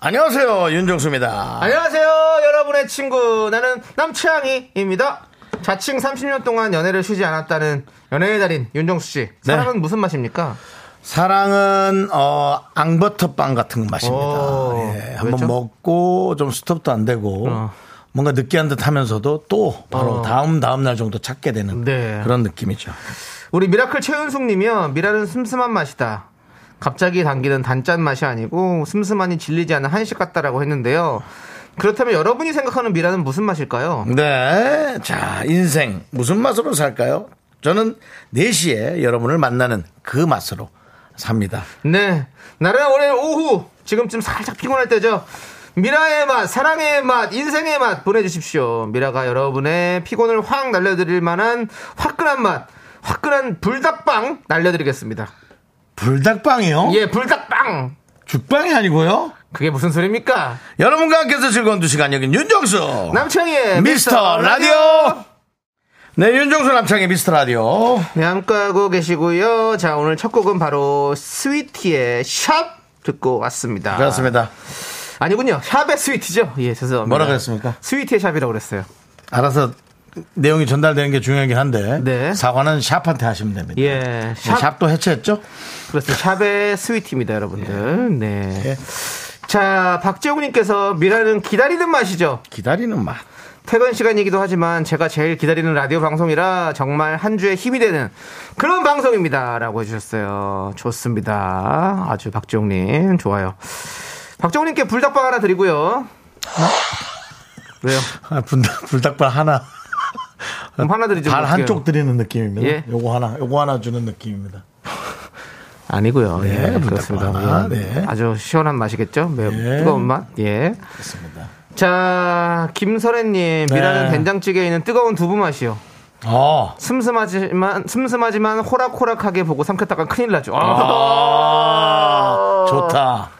안녕하세요 윤정수입니다. 안녕하세요, 여러분의 친구. 나는 남치앙이입니다. 자칭 30년 동안 연애를 쉬지 않았다는 연애의 달인 윤정수 씨. 사랑은 무슨 맛입니까? 사랑은 어, 앙버터빵 같은 오, 맛입니다. 예, 한번 왜죠? 먹고 좀 스톱도 안 되고 어. 뭔가 느끼한 듯 하면서도 또 바로 어. 다음 다음 날 정도 찾게 되는 네. 그런 느낌이죠. 우리 미라클 최은숙 님이요. 미라는 슴슴한 맛이다. 갑자기 당기는 단짠 맛이 아니고 슴슴하니 질리지 않는 한식 같다라고 했는데요. 그렇다면 여러분이 생각하는 미라는 무슨 맛일까요? 네. 자, 인생 무슨 맛으로 살까요? 저는 4시에 여러분을 만나는 그 맛으로 삽니다. 네. 나른한 월요일 오후 지금쯤 살짝 피곤할 때죠. 미라의 맛, 사랑의 맛, 인생의 맛 보내주십시오. 미라가 여러분의 피곤을 확 날려드릴 만한 화끈한 맛, 화끈한 불닭빵 날려드리겠습니다. 불닭빵이요? 예, 불닭빵. 죽빵이 아니고요. 그게 무슨 소리입니까? 여러분과 함께해서 즐거운 2시간 여긴 윤정수. 남창희의 어. 미스터 라디오. 네, 윤정수 남창의 미스터 라디오. 네, 함께하고 계시고요. 자, 오늘 첫 곡은 바로 스위티의 샵 듣고 왔습니다. 그렇습니다. 아니군요. 샵의 스위티죠. 예, 죄송합니다. 뭐라 그랬습니까? 스위티의 샵이라고 그랬어요. 알아서 내용이 전달되는 게 중요하긴 한데 네. 사과는 샵한테 하시면 됩니다. 예, 네, 샵 샵도 해체했죠? 그렇습니다. 샵의 스위트입니다, 여러분들. 네. 예. 자, 박재훈님께서 미라는 기다리는 맛이죠. 기다리는 맛. 퇴근 시간이기도 하지만 제가 제일 기다리는 라디오 방송이라 정말 한 주에 힘이 되는 그런 방송입니다. 라고 해주셨어요. 좋습니다. 아주 박재훈님, 좋아요. 박재훈님께 불닭빵 하나 드리고요. 왜요? 아, 불닭, 불닭발 하나. 그럼 하나 드리죠. 발 어떡해요? 한쪽 드리는 느낌입니다. 예. 요거 하나, 요거 하나 주는 느낌입니다. 아니고요. 네, 예, 불닭빵 그렇습니다. 하나, 예. 네. 아주 시원한 맛이겠죠? 매우 예. 뜨거운 맛. 예. 그렇습니다. 자, 김설혜님 네. 미라는 된장찌개에 있는 뜨거운 두부 맛이요. 아. 어. 슴슴하지만 슴슴하지만 호락호락하게 보고 삼켰다가 큰일 나죠. 아. 아, 좋다.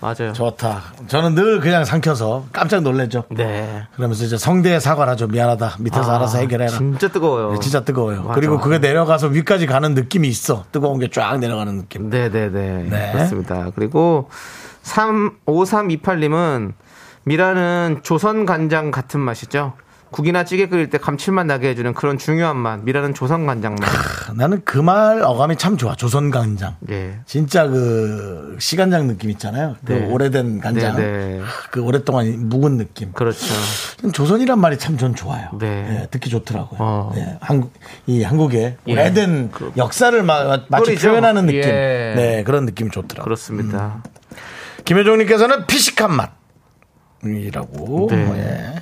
맞아요. 좋다. 저는 늘 그냥 삼켜서 깜짝 놀래죠. 네. 그러면서 이제 성대에 사과를 하죠. 미안하다. 밑에서 아, 알아서 해결해라. 진짜 뜨거워요. 네, 진짜 뜨거워요. 어, 맞아, 그리고 맞아. 그게 내려가서 위까지 가는 느낌이 있어. 뜨거운 게 쫙 내려가는 느낌. 네네네. 네. 그렇습니다. 그리고 3, 5328님은 미라는 조선 간장 같은 맛이죠. 국이나 찌개 끓일 때 감칠맛 나게 해주는 그런 중요한 맛. 미라는 조선 간장 맛. 나는 그 말 어감이 참 좋아. 조선 간장. 음. 예. 진짜 그 시간장 느낌 있잖아요. 그 네. 오래된 간장. 네, 네. 그 오랫동안 묵은 느낌. 그렇죠. 조선이란 말이 참 전 좋아요. 네. 예, 듣기 좋더라고요. 어. 예, 한국 이 한국의 예. 오래된 역사를 마, 마치 소리죠. 표현하는 느낌. 예. 네, 그런 느낌이 좋더라고요. 그렇습니다. 음. 김효정님께서는 피식한 맛이라고. 네. 예.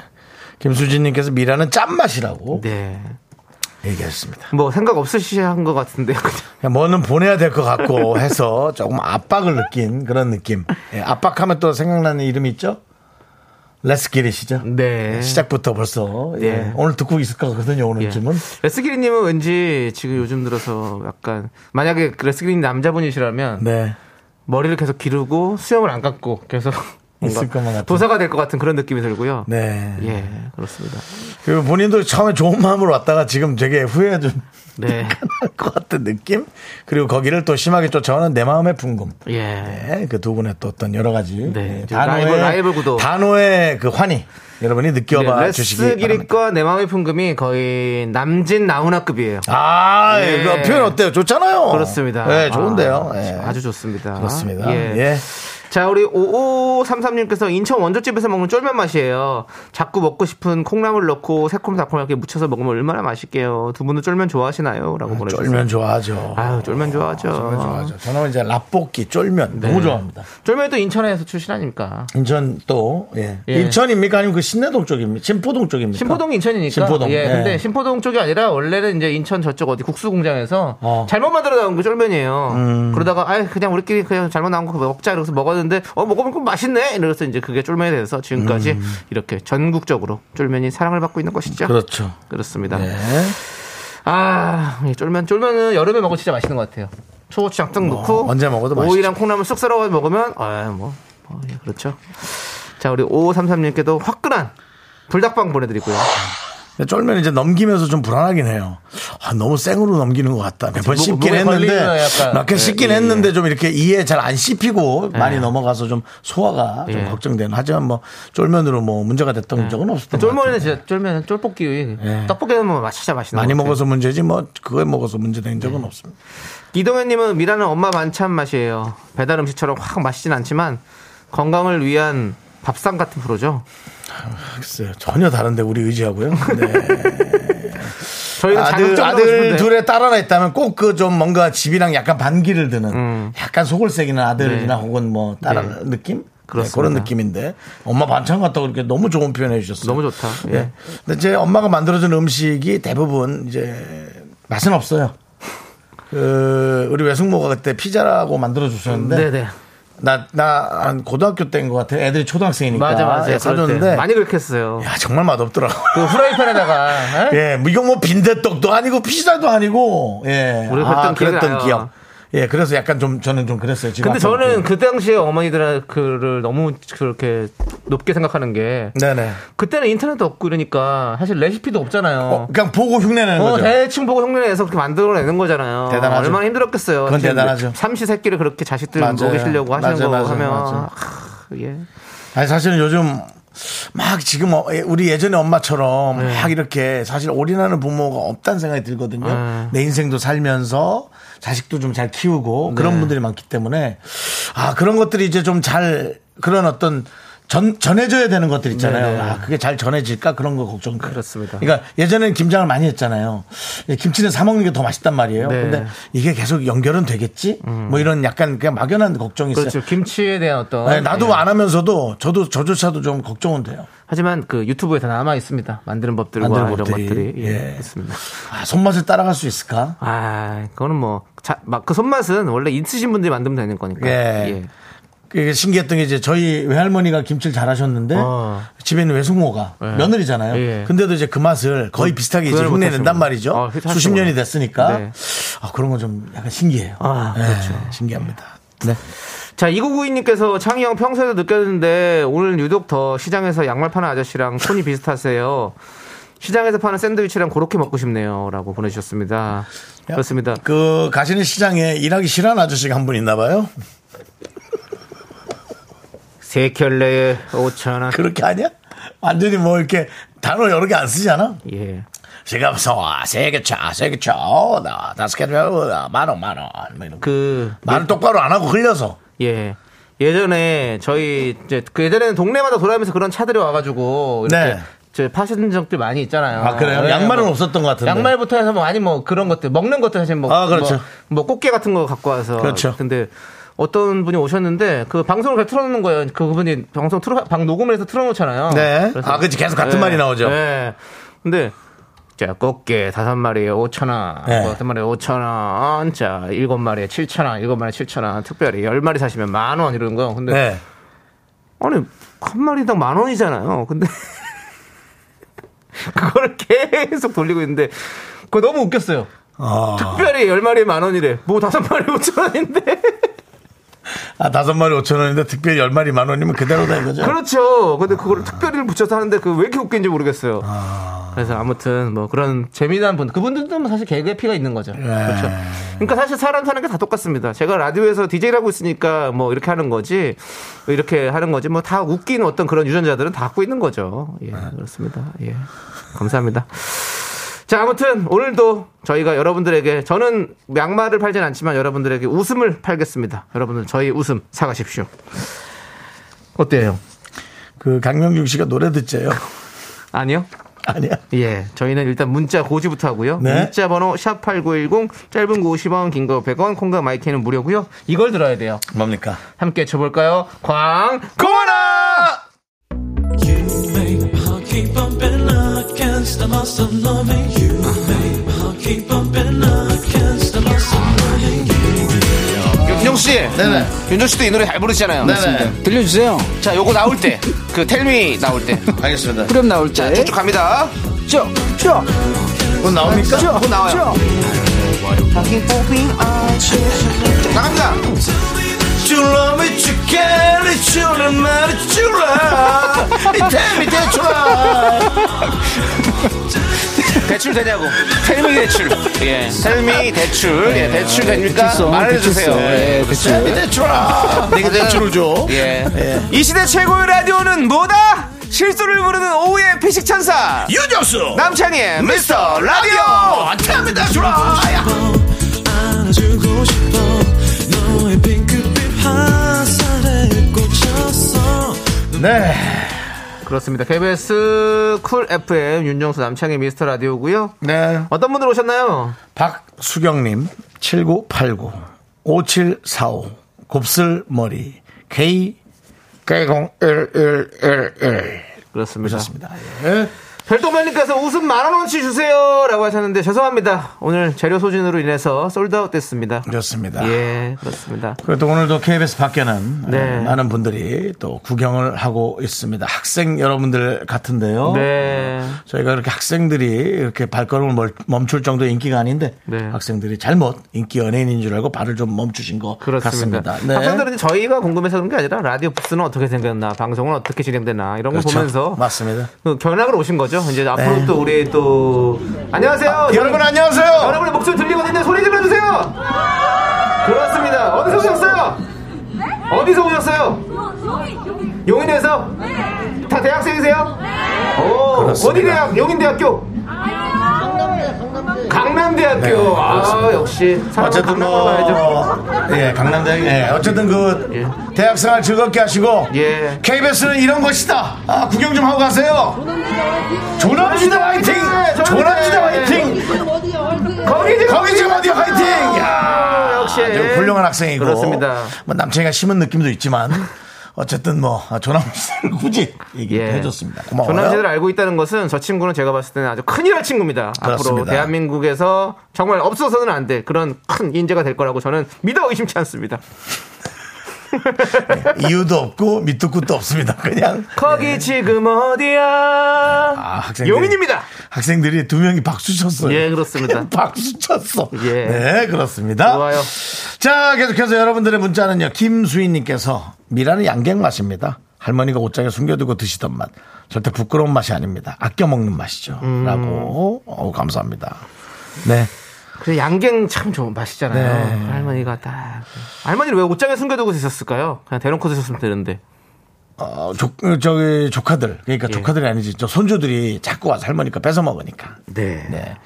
김수진님께서 미라는 짠맛이라고 네. 얘기했습니다. 뭐 생각 없으시한 것 같은데요. 그냥. 그냥 뭐는 보내야 될 것 같고 해서 조금 압박을 느낀 그런 느낌. 예, 압박하면 또 생각나는 이름이 있죠? 레스키릿이죠. 네. 시작부터 벌써 예. 예. 오늘 듣고 있을 것 같거든요. 예. 오늘쯤은 레스기리님은 왠지 지금 요즘 들어서 약간 만약에 그 레스기리님 남자분이시라면 네 머리를 계속 기르고 수염을 안 깎고 계속 뭔가 있을 것만 같은. 도사가 될 것 같은 그런 느낌이 들고요. 네. 예, 그렇습니다. 그리고 본인도 처음에 좋은 마음으로 왔다가 지금 되게 후회 좀 네. 할 것 같은 느낌. 그리고 거기를 또 심하게 쫓아오는 내 마음의 풍금. 예. 네, 그 두 분의 또 어떤 여러 가지 네, 예, 이제 라이벌, 라이벌 구도. 단어의 그 환희 여러분이 느껴봐 주시기 바랍니다. 네, 레스기리과 내 마음의 풍금이 거의 남진 나훈아급이에요. 아, 예. 예, 그 표현 어때요? 좋잖아요. 그렇습니다. 네, 좋은데요. 아, 예. 아주 좋습니다. 그렇습니다. 예. 예. 자, 우리 5533님께서 인천 원조집에서 먹는 쫄면 맛이에요. 자꾸 먹고 싶은 콩나물 넣고 새콤달콤하게 무쳐서 먹으면 얼마나 맛있게요. 두 분은 쫄면 좋아하시나요? 라고 보내주셨어요. 쫄면 좋아하죠. 아유, 쫄면 좋아하죠. 네. 쫄면 좋아하죠. 저는 이제 라볶이, 쫄면 너무 좋아합니다. 쫄면이 또 인천에서 출신 아닙니까? 인천 또 예. 예. 인천입니까 아니면 그 신내동 쪽입니까? 신포동 쪽입니까? 신포동 인천이니까. 신포동. 예, 예. 근데 신포동 쪽이 아니라 원래는 이제 인천 저쪽 어디 국수 공장에서 어. 그 음. 잘못 만들어 나온 게 쫄면이에요. 그러다가 아 그냥 우리끼리 그냥 잘못 나온 거 먹자 이러면서 먹었는데 하는데 어 먹어보니까 맛있네. 이래서 이제 그게 쫄면이 돼서 지금까지 이렇게 전국적으로 쫄면이 사랑을 받고 있는 것이죠. 음. 그렇죠. 그렇습니다. 네. 아, 이 쫄면, 쫄면은 여름에 먹으면 진짜 맛있는 것 같아요. 초고추장 딱 넣고. 언제 먹어도 오이랑 콩나물 쓱 썰어 먹으면, 아, 뭐, 뭐, 예, 그렇죠. 자, 우리 5533님께도 화끈한 불닭빵 보내드리고요. 근데 쫄면 이제 넘기면서 좀 불안하긴 해요. 아, 너무 생으로 넘기는 것 같다. 몇 번 목- 씹긴 목에 했는데, 걸리는 약간. 몇개 예, 씹긴 예, 했는데 좀 이렇게 이에 잘 안 씹히고 많이 넘어가서 좀 소화가 좀 예. 걱정되는. 하지만 뭐 쫄면으로 뭐 문제가 됐던 적은 없었던 것 같아요. 쫄면은 진짜, 쫄면은 쫄볶이. 예. 떡볶이는 뭐 맛- 진짜 맛있는 많이 것 같아요. 먹어서 문제지 뭐 그거에 먹어서 문제된 적은 없습니다. 이동현님은 미라는 엄마 반찬 맛이에요. 배달 음식처럼 확 맛있진 않지만 건강을 위한 밥상 같은 프로죠. 글쎄요. 전혀 다른데 우리 의지하고요. 네. 저희는 아들, 자극적으로 아들 둘에 딸 하나 있다면 꼭 그 좀 뭔가 집이랑 약간 반기를 드는 약간 속을 새기는 아들이나 음. 네. 혹은 뭐 다른 느낌? 그렇습니다. 그런 느낌인데 엄마 반찬 같다고 이렇게 너무 좋은 표현해 주셨어요. 너무 좋다. 예. 예. 근데 제 엄마가 만들어준 음식이 대부분 이제 맛은 없어요. 그 우리 외숙모가 그때 피자라고 만들어 주셨는데 네네. 나 나 한 고등학교 때인 것 같아. 요 애들이 초등학생이니까 맞아, 맞아. 예, 그럴 때. 사줬는데 많이 그렇게 했어요. 야 정말 맛없더라고. 요 그 후라이팬에다가. 에? 예, 뭐 이거 뭐 빈대떡도 아니고 피자도 아니고 예, 우리 아, 그랬던 기억이 나요. 예, 그래서 약간 좀 저는 좀 그랬어요. 지금 근데 아까 저는 보니까. 그 당시에 어머니들을 너무 그렇게 높게 생각하는 게 네네, 그때는 인터넷도 없고 이러니까 사실 레시피도 어, 없잖아요. 그냥 보고 흉내내는 어, 거죠. 대충 보고 흉내내서 그렇게 만들어내는 거잖아요. 대단하죠. 얼마나 힘들었겠어요. 그건 대단하죠. 삼시 세끼를 그렇게 자식들 맞아요. 먹이시려고 하시는 맞아요, 거 맞아요, 하면 맞아요. 하, 예. 아니 사실은 요즘 막 지금 어, 예, 우리 예전에 엄마처럼 막 이렇게 사실 올인하는 부모가 없다는 생각이 들거든요. 네. 내 인생도 살면서 자식도 좀 잘 키우고 네. 그런 분들이 많기 때문에 아 그런 것들이 이제 좀 잘 그런 어떤 전 전해져야 되는 것들 있잖아요. 네네. 아 그게 잘 전해질까 그런 거 걱정. 그렇습니다. 그러니까 예전에는 김장을 많이 했잖아요. 예, 김치는 사 먹는 게 더 맛있단 말이에요. 네. 음. 근데 이게 계속 연결은 되겠지? 뭐 이런 약간 그냥 막연한 걱정이 있어요. 그렇죠. 김치에 대한 어떤 네, 나도 예. 안 하면서도 저도 저조차도 좀 걱정은 돼요. 하지만 그 유튜브에 다 남아 있습니다. 만드는 법들과 만드는 이런 법들이. 것들이 예, 예. 있습니다. 아, 손맛을 따라갈 수 있을까? 아, 그거는 뭐 막 그 손맛은 원래 있으신 분들이 만들면 되는 거니까. 예. 이게 신기했던 게 이제 저희 외할머니가 김치를 잘하셨는데 어. 집에 있는 외숙모가 며느리잖아요. 예. 근데도 이제 그 맛을 거의 비슷하게 이제 구별을 못 흉내낸단 하시는구나. 말이죠. 아, 그렇죠. 수십 년이 됐으니까 네. 아, 그런 건 좀 약간 신기해요. 아, 예, 그렇죠. 신기합니다. 네. 자, 2992님께서 창희 형 평소에도 느꼈는데 오늘 유독 더 시장에서 양말 파는 아저씨랑 손이 비슷하세요. 시장에서 파는 샌드위치랑 그렇게 먹고 싶네요. 라고 보내주셨습니다. 그렇습니다. 그 가시는 시장에 일하기 싫어하는 아저씨가 한 분 있나 봐요. 세 켤레에 5천원. 그렇게 아니야? 완전히 뭐 이렇게 단어 여러 개 안 쓰잖아. 예. 지금 소화 세개차 세개차 어나 다섯 개차 만원 만원 뭐 이런 거. 그, 말을 똑바로 안 하고 흘려서 예. 예전에 저희 이제 그 예전에는 동네마다 돌아다니면서 그런 차들이 와가지고 이렇게 네. 저 파시는 적들 많이 있잖아요. 네, 뭐 아, 그래요? 양말은 없었던 것 같은데. 양말부터 해서 뭐 아니 뭐 그런 것들 먹는 것들 사실 뭐, 아, 그렇죠. 뭐, 뭐 꽃게 같은 거 갖고 와서 그렇죠. 근데 어떤 분이 오셨는데 그 방송을 그냥 틀어놓는 거예요. 그분이 방송 틀어 방 녹음을 해서 틀어놓잖아요. 네. 그래서- 아, 그치. 계속 같은 말이 나오죠. 네. 근데 자, 꽃게 다섯 마리에 5천 원, 뭐 네. 다섯 마리에 5천 원, 자, 일곱 마리에 7천 원, 일곱 마리에 7천 원, 특별히 열 마리 사시면 만 원 이러는 거. 근데 네. 아니 한 마리당 만 원이잖아요. 근데 그걸 계속 돌리고 있는데 그거 너무 웃겼어요. 어. 특별히 열 마리에 만 원이래. 뭐 다섯 마리 5천 원인데. 아 다섯 마리 오천 원인데 특별히 열 마리 만 원이면 그대로다 이거죠. 그렇죠. 근데 그걸 특별히를 붙여서 하는데 그 왜 이렇게 웃긴지 모르겠어요. 그래서 아무튼 뭐 그런 재미난 분 그분들도 뭐 사실 개그의 피가 있는 거죠. 네. 그렇죠. 그러니까 사실 사람 사는 게 다 똑같습니다. 제가 라디오에서 DJ를 하고 있으니까 뭐 이렇게 하는 거지 이렇게 하는 거지 뭐 다 웃긴 어떤 그런 유전자들은 다 갖고 있는 거죠. 예, 그렇습니다. 예. 감사합니다. 자, 아무튼 오늘도 저희가 여러분들에게 저는 양말을 팔진 않지만 여러분들에게 웃음을 팔겠습니다. 여러분들 저희 웃음 사가십시오. 어때요? 그 강명중 씨가 노래 듣재요. 아니요. 아니야. 예. 저희는 일단 문자 고지부터 하고요. 네. 문자 번호 샵8910 짧은 거 50원, 긴 거 100원, 콩과 마이크는 무료고요. 이걸 들어야 돼요. 뭡니까? 함께 쳐 볼까요? 광고나! You make my heart keep bumping, I can't stop myself loving you. make my heart keep bumping, I can't stop myself loving you. 윤정 씨 씨. 음. 네네. 윤정 씨도 이 노래 잘 부르시잖아요. 네네. 들려주세요. 자, 요거 나올 때. 그 텔미 나올 때. 알겠습니다. 그럼 나올 때. 쭉쭉 갑니다. 쭉, 쭉, 곧 나옵니까? 곧 나와요. 나갑니다. 대출 되냐고. 텔미 대출. 예. 텔미 대출. 예, 대출 됩니까? 아, 대출성, 말해주세요. 대출성. 예. 예, 대출. 대출아. 내가 대출을 줘. 예. 예. 이 시대 최고의 라디오는 뭐다? 실수를 부르는 오후의 피식천사. 유정수. 남창희의 미스터 라디오! 어, 참 대출아. 야. 안아주고 싶어 너의 핑크빛 화살에 꽂혔어 네. 그렇습니다. KBS 쿨 FM 윤정수 남창의 미스터 라디오고요. 네. 어떤 분들 오셨나요? 박수경님, 7989, 5745, 곱슬머리, K, K01111. 그렇습니다. 좋습니다. 예. 별똥별님께서 웃음 만 원치 주세요라고 하셨는데 죄송합니다. 오늘 재료 소진으로 인해서 솔드아웃 됐습니다. 좋습니다. 예, 그렇습니다. 그래도 오늘도 KBS 밖에는 네. 어, 많은 분들이 또 구경을 하고 있습니다. 학생 여러분들 같은데요. 네. 저희가 이렇게 학생들이 이렇게 발걸음을 멀- 멈출 정도 의 인기가 아닌데 네. 학생들이 잘못 인기 연예인인 줄 알고 발을 좀 멈추신 것 그렇습니다. 같습니다. 네. 학생들은 저희가 궁금해서 그런 게 아니라 라디오 부스는 어떻게 생겼나, 방송은 어떻게 진행되나 이런 거 그렇죠. 보면서 맞습니다. 그 견학을 오신 거죠. 이제 앞으로 네. 아, 또 우리 또 안녕하세요. 여러분 저희- 안녕하세요. 여러분의 목소리 들리거든요. 소리 질러주세요. 그렇습니다. 어디서 오셨어요? 어디서 오셨어요? 용인에서? 다 대학생이세요? 오, 어디 대학? 용인대학교? 강남대학교. 네, 아, 역시. 사람은 어쨌든 강남으로 뭐 가야죠. 예, 강남대학 예, 어쨌든 그 대학생활 즐겁게 하시고 예. KBS는 이런 것이다. 아, 구경 좀 하고 가세요. 네. 조남지대 화이팅! 조남지대! 조남지대 네. 화이팅! 거기 거기 지금 어디 화이팅! 야, 역시. 아주 훌륭한 학생이고 그렇습니다. 뭐 남친이가 심은 느낌도 있지만 어쨌든 뭐 조남지대를 굳이 네, 얘기해 예. 줬습니다. 고마워요. 조남지대를 알고 있다는 것은 저 친구는 제가 봤을 때는 아주 큰일 할 친구입니다. 앞으로 그렇습니다. 대한민국에서 정말 없어서는 안 될 그런 큰 인재가 될 거라고 저는 믿어 의심치 않습니다. 이유도 없고 밑도 끝도 없습니다. 그냥 거기 지금 어디야? 네. 아, 학생들. 용인입니다. 학생들이 두 명이 박수 쳤어요. 예, 그렇습니다. 박수 쳤어. 예. 네, 그렇습니다. 좋아요. 자, 계속해서 여러분들의 문자는요. 김수인님께서 미라는 양갱 맛입니다. 할머니가 옷장에 숨겨두고 드시던 맛. 절대 부끄러운 맛이 아닙니다. 아껴 먹는 맛이죠. 음. 라고. 어우, 감사합니다. 네. 그래 양갱 참 좋은 맛이잖아요. 네. 할머니가 딱 할머니를 왜 옷장에 숨겨두고 드셨을까요? 그냥 대놓고 드셨으면 되는데. 어, 조, 저기, 조카들. 그러니까 예. 조카들이 아니지. 저 손주들이 자꾸 와서 할머니까 뺏어 먹으니까. 네. 네.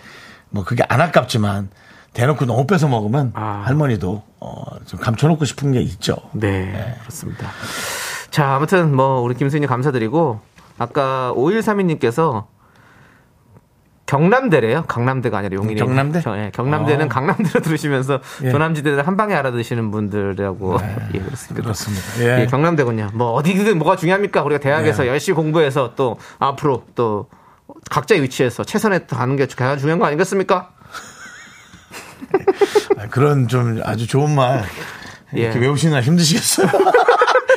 뭐 그게 안 아깝지만 대놓고 너무 뺏어 먹으면 아. 할머니도 어, 좀 감춰놓고 싶은 게 있죠. 네, 그렇습니다. 자, 아무튼 뭐 우리 김수인님 감사드리고 아까 5132님께서 경남대래요. 강남대가 아니라 용인이. 경남대? 저, 예, 경남대는 어. 강남대로 들으시면서 예. 네. 조남지대를 한 방에 알아들으시는 분들이라고 예, 그렇습니다. 그렇습니다. 예. 예. 경남대군요. 뭐 어디든 뭐가 중요합니까? 우리가 대학에서 예. 열심히 공부해서 또 앞으로 또 각자의 위치에서 최선에 또 가는 게 가장 중요한 거 아니겠습니까? 아, 그런 좀 아주 좋은 말 예. 이렇게 외우시나 힘드시겠어요.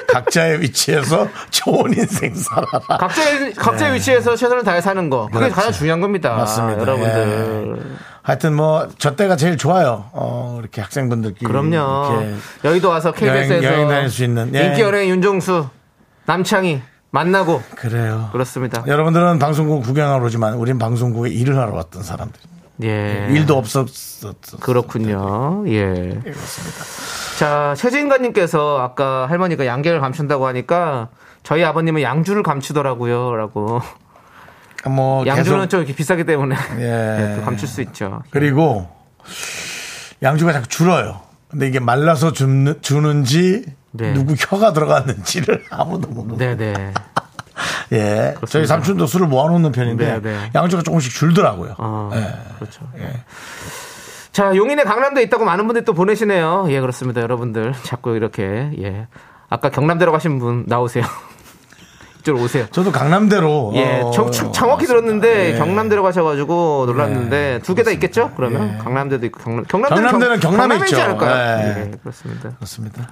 각자의 위치에서 좋은 인생 살아라. 각자의 각자의 위치에서 최선을 다해 사는 거. 그게 예. 그렇죠. 가장 중요한 겁니다. 맞습니다. 예. 여러분들. 하여튼 뭐 저 때가 제일 좋아요. 어, 이렇게 학생분들끼리 그럼요. 이렇게 여의도 와서 여행- KBS에서 여행 다닐 수 있는, 예. 인기 연예인 윤종수, 남창희 만나고 그래요. 그렇습니다. 여러분들은 방송국 구경하러 오지만 우린 방송국에 일을 하러 왔던 사람들. 예. 일도 없었어. 그렇군요. 네. 예. 자, 최진관님께서 아까 할머니가 양계를 감춘다고 하니까 저희 아버님은 양주를 감추더라고요. 라고. 뭐 양주는 어, 계속- 좀 이렇게 비싸기 때문에. 예. 예, 또 감출 수 있죠. 그리고 양주가 자꾸 줄어요. 근데 이게 말라서 줍는- 주는지 네. 누구 혀가 들어갔는지를 아무도 모르고. 네네. 예. 저희 삼촌도 술을 모아놓는 편인데 네, 네. 양주가 조금씩 줄더라고요. 어, 예. 그렇죠. 자, 용인에 강남도에 있다고 많은 분들이 또 보내시네요. 예, 그렇습니다. 여러분들. 자꾸 이렇게, 예. 아까 경남대로 가신 분 나오세요. 직접 오세요. 저도 강남대로. 예, 어, 정, 참, 정확히 들었는데 예. 경남대로 가셔가지고 놀랐는데 예, 두 개 다 있겠죠? 그러면 강남대도 있고 경남 경남대는 경남에 지 있죠. 않을까요? 예. 예, 그렇습니다. 그렇습니다.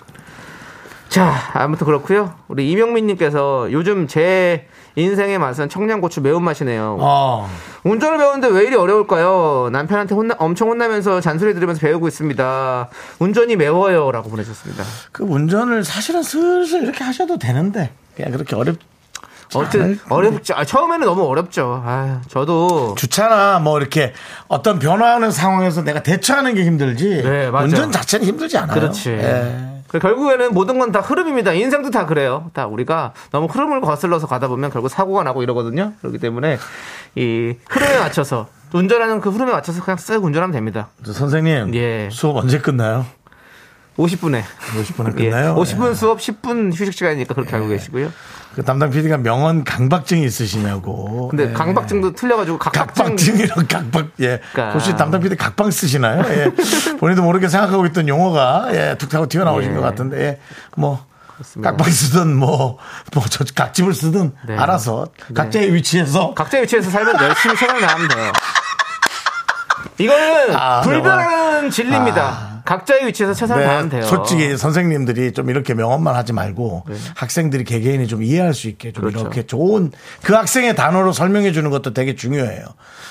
자, 아무튼 그렇고요. 우리 이명민님께서 요즘 제 인생의 맛은 청양고추 매운맛이네요. 어, 운전을 배우는데 왜 이리 어려울까요? 남편한테 혼나, 엄청 혼나면서 잔소리 들으면서 배우고 있습니다. 운전이 매워요. 라고 보내셨습니다. 그 운전을 사실은 슬슬 이렇게 하셔도 되는데 그냥 그렇게 어렵. 어쨌든, 잘- 어렵죠. 아, 처음에는 너무 어렵죠. 아, 저도. 주차나 뭐 이렇게 어떤 변화하는 상황에서 내가 대처하는 게 힘들지 네, 맞아요. 운전 자체는 힘들지 않아요. 그렇지. 예. 그 결국에는 모든 건 다 흐름입니다. 인생도 다 그래요. 다 우리가 너무 흐름을 거슬러서 가다 보면 결국 사고가 나고 이러거든요. 그렇기 때문에 이 흐름에 맞춰서 운전하는 그 흐름에 맞춰서 그냥 쓱 운전하면 됩니다. 저 선생님 예. 수업 언제 끝나요? 50분에. 예. 50분에 끝나요? 예. 50분 수업 10분 휴식 시간이니까 그렇게 알고 계시고요. 그 담당 PD가 명언 강박증이 있으시냐고. 근데 예. 강박증도 틀려가지고 각박증. 각박증이랑 각박 예 그러니까. 혹시 담당 PD 각방 쓰시나요? 예 본인도 모르게 생각하고 있던 용어가 예툭 하고 튀어나오신 예. 것 같은데 예. 뭐 각방 쓰든 뭐뭐저 각집을 쓰든 네. 알아서 각자의 위치에서 각자 의 위치에서 살면 열심히 생각을 나면 돼요. 이거는 아, 불변하는 진리입니다. 각자의 위치에서 최선을 다하면 돼요. 네, 솔직히 선생님들이 좀 이렇게 명언만 하지 말고 학생들이 개개인이 좀 이해할 수 있게 좀 네. 그렇죠. 이렇게 좋은 그 학생의 단어로 설명해 주는 것도 되게 중요해요.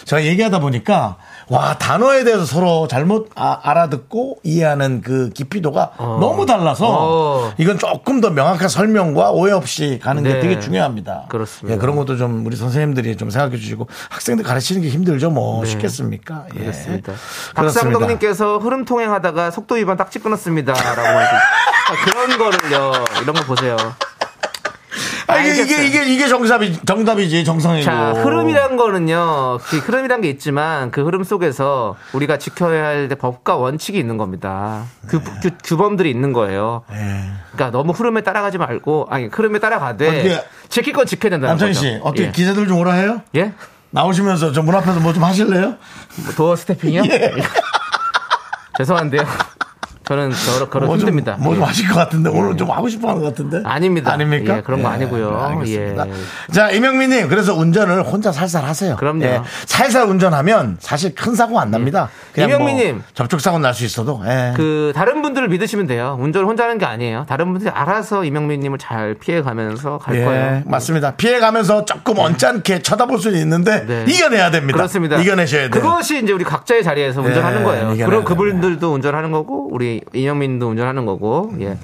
제가 얘기하다 보니까 와 단어에 대해서 서로 잘못 아- 알아듣고 이해하는 그 깊이도가 너무 달라서 어. 이건 조금 더 명확한 설명과 오해 없이 가는 게 네. 되게 중요합니다. 그렇습니다. 예, 그런 것도 좀 우리 선생님들이 좀 생각해 주시고 학생들 가르치는 게 힘들죠. 뭐 네. 쉽겠습니까? 예. 그렇습니다. 알겠습니다. 박상덕님께서 흐름 통행하다가 속도 위반 딱지 끊었습니다. 라고 하셨 그런 거를요. 이런 거 보세요. 아, 이게, 알겠어요. 이게, 이게, 이게 정답이, 정답이지, 정상이고. 자, 흐름이란 거는요. 그 흐름이란 게 있지만 그 흐름 속에서 우리가 지켜야 할 법과 원칙이 있는 겁니다. 그 네. 규, 규범들이 있는 거예요. 예. 그러니까 너무 흐름에 따라가지 말고 아니 흐름에 따라가되 어떻게- 지킬 건 지켜야 된다는 남창희 거죠. 씨, 어떻게 예. 기자들 좀 오라 해요? 예? 나오시면서 저 문 앞에서 뭐 좀 하실래요? 뭐 도어 스태핑이요? 예. 죄송한데요. 저는 저러 그런 뭐 좀, 힘듭니다. 예. 뭐 좀 하실 것 같은데, 오늘 좀 하고 싶어 하는 것 같은데. 아닙니다. 아닙니까? 네, 예, 그런 거 아니고요. 알겠습니다. 예. 자, 이명민님, 그래서 운전을 혼자 살살 하세요. 예. 그럼요. 살살 운전하면 사실 큰 사고 안 납니다. 그냥 예. 이명민님. 뭐 접촉사고 날 수 있어도, 예. 그 다른 분들을 믿으시면 돼요. 운전을 혼자 하는 게 아니에요. 다른 분들이 알아서 이명민님을 잘 피해가면서 갈 거예요. 예. 예, 맞습니다. 피해가면서 조금 언짢게 쳐다볼 수는 있는데 네. 이겨내야 됩니다. 그렇습니다. 이겨내셔야 돼요. 그것이 이제 우리 각자의 자리에서 운전하는 거예요. 이겨내야 그리고 돼요. 그분들도 운전하는 거고 우리 이명민도 운전하는 거고. 예.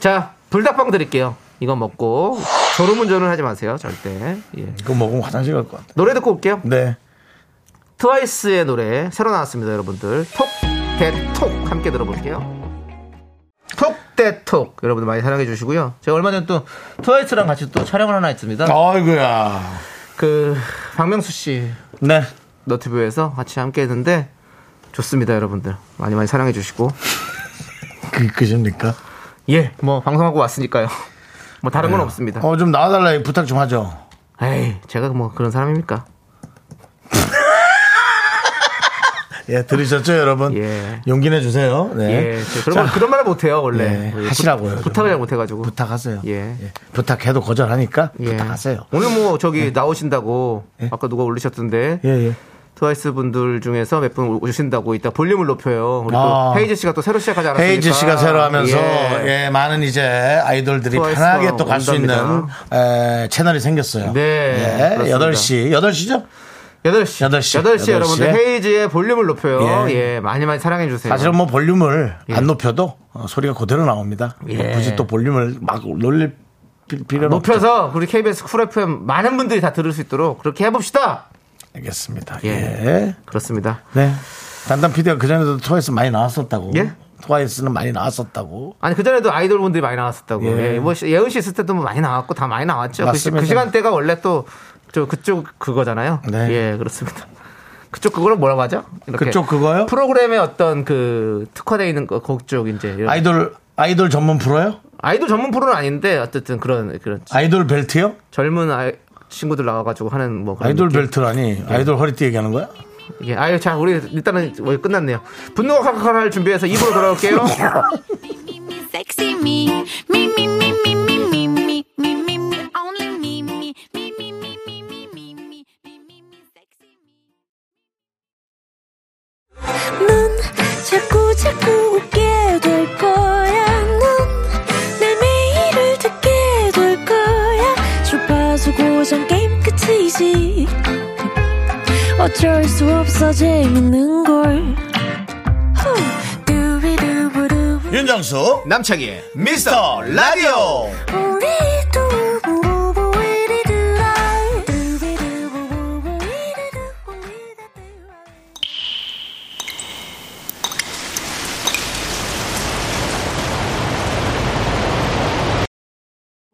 자 불닭빵 드릴게요. 이거 먹고 졸음 운전을 하지 마세요. 절대. 예. 그거 먹으면 화장실 갈 것 같아. 노래 듣고 올게요. 네. 트와이스의 노래 새로 나왔습니다, 여러분들. 톡, 대, 톡. 함께 들어볼게요. 톡, 대, 톡. 여러분들 많이 사랑해 주시고요. 제가 얼마 전 또 트와이스랑 같이 또 촬영을 하나 했습니다. 어. 아이고야. 그, 박명수 씨 네. 너튜브에서 같이 함께 했는데 좋습니다, 여러분들. 많이 많이 사랑해 주시고. 그, 그십니까? 예, 뭐, 방송하고 왔으니까요. 뭐, 다른 건 없습니다. 어, 좀 나와달라 부탁 좀 하죠. 에이, 제가 뭐 그런 사람입니까? 예, 들으셨죠, 여러분? 예. 용기 내주세요. 네. 예, 저 그런, 말, 그런 말을 못해요, 원래. 예, 네, 하시라고요, 부- 좀. 부탁을 잘 못해가지고. 부탁하세요. 예. 부탁해도 거절하니까 예. 부탁하세요. 오늘 뭐 저기 나오신다고 아까 누가 올리셨던데 예, 예. 트와이스 분들 중에서 몇 분 오신다고 이따 볼륨을 높여요. 우리 아. 또 헤이즈 씨가 또 새로 시작하지 않았습니까? 헤이즈 씨가 새로 하면서 예. 예. 많은 이제 아이돌들이 트와이스가 편하게 또 갈 수 있는 온답니다. 에, 채널이 생겼어요. 네, 예, 그렇습니다. 8시. 8시죠? 8시. 8시. 8시 여러분들 8시 에. 헤이즈의 볼륨을 높여요. 예. 예. 많이 많이 사랑해 주세요. 사실은 뭐 볼륨을 안 높여도 어, 소리가 그대로 나옵니다. 예. 굳이 또 볼륨을 막 놀릴 필- 필요는 없죠. 높여서 우리 KBS 쿨 FM 많은 분들이 다 들을 수 있도록 그렇게 해 봅시다. 알겠습니다. 예. 예. 그렇습니다. 네. 단단 PD가 그전에도 트와이스 많이 나왔었다고. 예? 트와이스는 많이 나왔었다고. 아니 그전에도 아이돌 분들이 많이 나왔었다고. 예. 예. 뭐 시- 예은 씨 있을 때도 뭐 많이 나왔고 다 많이 나왔죠. 그, 시, 맞습니다. 간대가 원래 또 저 그쪽 그거잖아요. 네. 예, 그렇습니다. 그쪽 그거를 뭐라고 하죠? 이렇게 그쪽 그거요? 프로그램의 어떤 그 특화되어 있는 거 그쪽 이제 이런. 아이돌, 아이돌 전문 프로요? 아이돌 전문 프로는 아닌데 어쨌든 그런 그런 아이돌 벨트요? 젊은 아이 친구들 나와가지고 하는 뭐 그런 아이돌 느낌. 벨트라니. 아이돌 허리띠 얘기하는 거야? 예, 아유 자 우리 일단은 거의 끝났네요. 분노가 칼칼할 준비해서 입으로 돌아올게요. Sexy me, me, me, me, me, me, me, me, me, me, me, only me, me. 자꾸 웃게 될 거야. 넌내 매일을 듣게 될 거야. 주파수 고정 게임 끝이지. 어쩔 수 없어 재밌는 걸. 후. 두비두부두. 예. 윤정수 남창희의 미스터 라디오 우리 두부부부 우리들아. 두비두부부부 우리들아. 우리들아.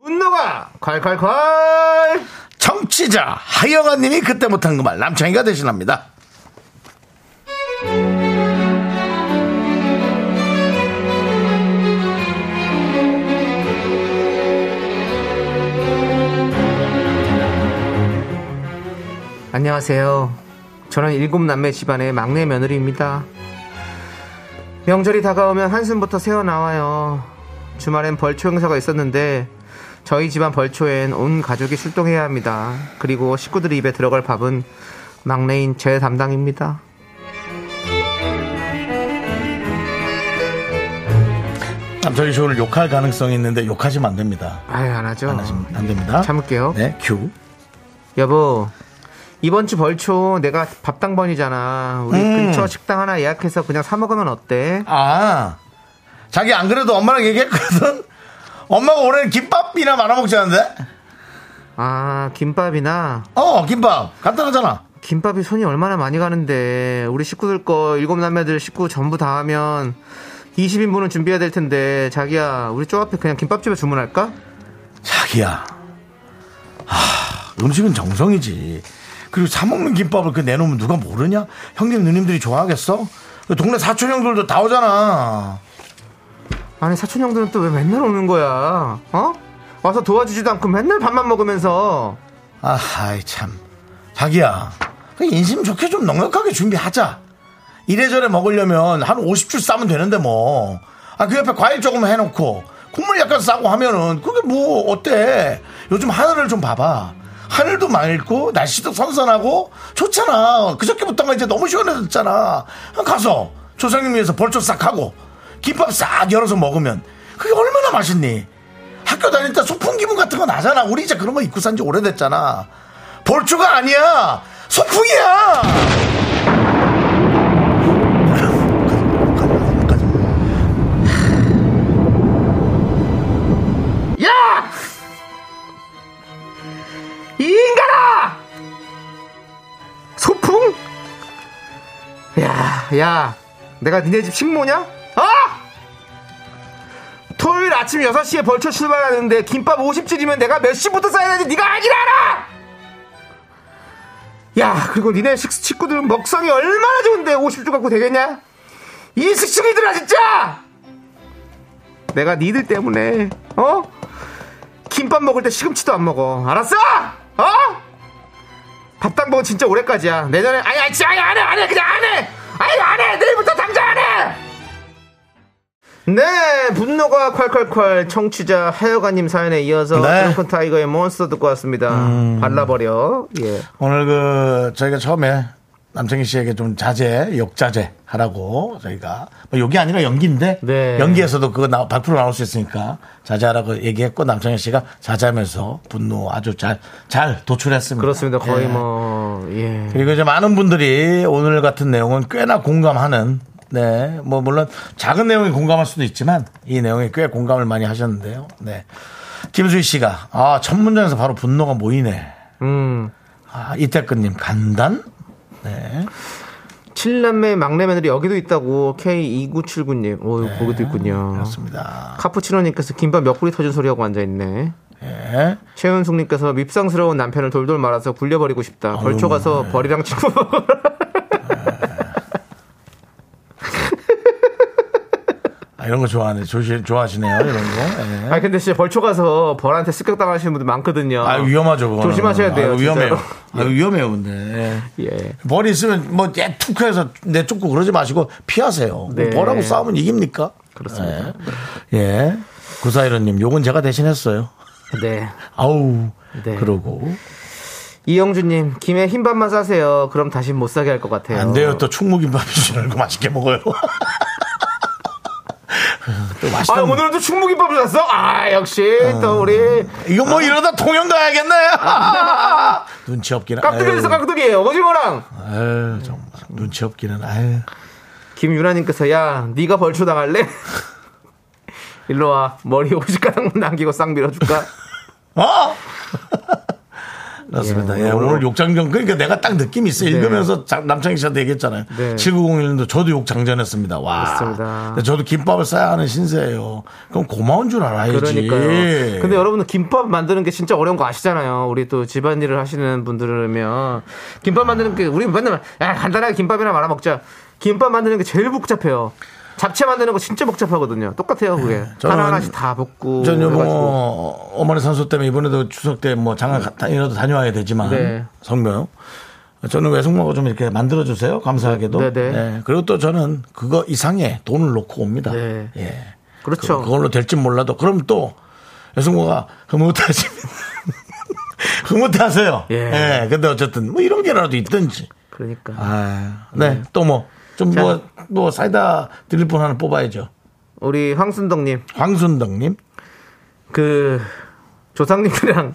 분노가 콸콸콸 정치자 하여간님이 그때 못한 그 말 남창희가 대신합니다. 안녕하세요. 저는 일곱 남매 집안의 막내 며느리입니다. 명절이 다가오면 한숨부터 새어나와요. 주말엔 벌초 행사가 있었는데 저희 집안 벌초엔 온 가족이 출동해야 합니다. 그리고 식구들이 입에 들어갈 밥은 막내인 제 담당입니다. 남창희 쇼를 욕할 가능성이 있는데 욕하시면 안 됩니다. 아유 안 하죠. 안 하시면 안 됩니다. 참을게요. 네, 큐. 여보 이번 주 벌초 내가 밥당번이잖아. 우리 음. 근처 식당 하나 예약해서 그냥 사 먹으면 어때? 아, 자기 안 그래도 엄마랑 얘기했거든. 엄마가 올해는 김밥이나 말아 먹자는데. 아 김밥이나 어, 김밥 간단하잖아. 김밥이 손이 얼마나 많이 가는데 우리 식구들 거 일곱 남매들 식구 전부 다 하면 20인분은 준비해야 될 텐데 자기야 우리 저 앞에 그냥 김밥집에 주문할까? 자기야, 아, 음식은 정성이지. 그리고 사 먹는 김밥을 그 내놓으면 누가 모르냐? 형님 누님들이 좋아하겠어? 그 동네 사촌 형들도 다 오잖아. 아니 사촌 형들은 또 왜 맨날 오는 거야? 어? 와서 도와주지도 않고 맨날 밥만 먹으면서 아, 아이 참. 자기야, 그 인심 좋게 좀 넉넉하게 준비하자. 이래저래 먹으려면 한 50줄 싸면 되는데 뭐. 아, 그 옆에 과일 조금 해놓고 국물 약간 싸고 하면은 그게 뭐 어때? 요즘 하늘을 좀 봐봐. 하늘도 맑고 날씨도 선선하고 좋잖아. 그저께부터가 이제 너무 시원해졌잖아. 가서 조상님 위해서 벌초 싹 하고 김밥 싹 열어서 먹으면 그게 얼마나 맛있니? 학교 다닐 때 소풍 기분 같은 거 나잖아. 우리 이제 그런 거 입고 산 지 오래됐잖아. 볼주가 아니야. 소풍이야. 야! 이 인간아! 소풍? 야, 야, 내가 니네 집 식모냐? 어? 토요일 아침 6시에 벌초 출발하는데 김밥 50줄이면 내가 몇 시부터 싸야 되지 네가 알긴 알아! 야, 그리고 니네 식, 식구들은 먹성이 얼마나 좋은데 50줄 갖고 되겠냐? 이 식충이들아, 진짜! 내가 니들 때문에 어 김밥 먹을 때 시금치도 안 먹어 알았어 어 밥당 먹은 진짜 올해까지야 내년에 아니 아니 진짜 아니 안해 안해 그냥 안해 아니 안해 내일부터 당장 안해 네 분노가 콸콸콸 청취자 하여가님 사연에 이어서 네. 드렁큰 타이거의 몬스터 듣고 왔습니다 발라버려 예 오늘 그 저희가 처음에 남창희 씨에게 좀 자제, 역자제 하라고 저희가 뭐 욕이 아니라 연기인데 네. 연기에서도 그거 나, 밖으로 나올 수 있으니까 자제하라고 얘기했고 남창희 씨가 자제하면서 분노 아주 잘 잘 도출했습니다. 그렇습니다 거의 뭐 예. 뭐예 그리고 이제 많은 분들이 오늘 같은 내용은 꽤나 공감하는 네, 뭐 물론 작은 내용에 공감할 수도 있지만 이 내용에 꽤 공감을 많이 하셨는데요. 네, 김수희 씨가 아 첫 문장에서 바로 분노가 모이네. 음. 아 이태근님 간단. 네, 7남매 막내 며느리 여기도 있다고 K2979님. 오, 거기도 있군요. 네. 그렇습니다. 카푸치노님께서 김밥 몇 구리 터진 소리하고 앉아있네. 네. 최은숙님께서 밉상스러운 남편을 돌돌 말아서 굴려버리고 싶다. 벌초 가서 네. 벌이랑 친구. 아, 이런 거 좋아하네. 조시, 좋아하시네요. 이런 거. 네. 아 근데 진짜 벌초 가서 벌한테 습격당하시는 분들 많거든요. 아 위험하죠. 그거는. 조심하셔야 돼요, 아, 위험해요. 아, 진짜로. 위험해요. 근데 예. 벌이 있으면 뭐 툭해서 내쫓고 그러지 마시고 피하세요. 뭐 네. 벌하고 싸우면 이깁니까? 그렇습니다. 예. 예. 구사이런님, 욕은 제가 대신했어요. 네. 아우. 네. 그러고 이영주님 김에 흰밥만 어. 싸세요. 그럼 다시 못 사게 할 것 같아요. 안 돼요. 또 충무김밥이 줄 알고 맛있게 먹어요. 또 맛있다. 아, 오늘도 충무김밥을 샀어? 아, 역시 또 우리 이거 아. 뭐 이러다 통영 가야겠네. 눈치 없기는. 깍두기에서 깍두기예요. 오징어랑 아유, 아유, 정말 눈치 없기는. 아유. 김유라님께서 야, 네가 벌초 당할래? 일로 와. 머리 오십 가닥만 남기고 싹 밀어줄까? 어? 그렇습니다. 예, 오늘 욕장전, 그러니까 내가 딱 느낌이 있어요. 읽으면서 자- 남창희 씨한테 얘기했잖아요. 네. 7901님도 저도 욕장전했습니다. 와. 그렇습니다. 근데 저도 김밥을 싸야 하는 신세예요. 그럼 고마운 줄 알아야지. 그러니까요. 근데 여러분들 김밥 만드는 게 진짜 어려운 거 아시잖아요. 우리 또 집안일을 하시는 분들이면 김밥 만드는 게 우리 맨날 야, 간단하게 김밥이나 말아 먹자. 김밥 만드는 게 제일 복잡해요. 잡채 만드는 거 진짜 복잡하거든요. 똑같아요, 그게. 네, 저는- 뭐 하나하나씩 다 볶고. 전 여보 해가지고. 어머니 산소 때문에 이번에도 추석 때 뭐 장을 갔다이라도 다녀와야 되지만 네. 성묘 저는 외숙모가 좀 이렇게 만들어 주세요 감사하게도 네, 네. 예, 그리고 또 저는 그거 이상의 돈을 놓고 옵니다 네. 예 그렇죠. 그, 걸로 될지 몰라도 그럼 또 외숙모가 흐뭇하시면 흐뭇하세요 예. 예. 근데 어쨌든 뭐 이런 게라도 있든지 네, 그러니까. 네. 아네또뭐좀 뭐 뭐 사이다 드릴 분 하나 뽑아야죠 우리 황순덕님, 황순덕님 그, 조상님들이랑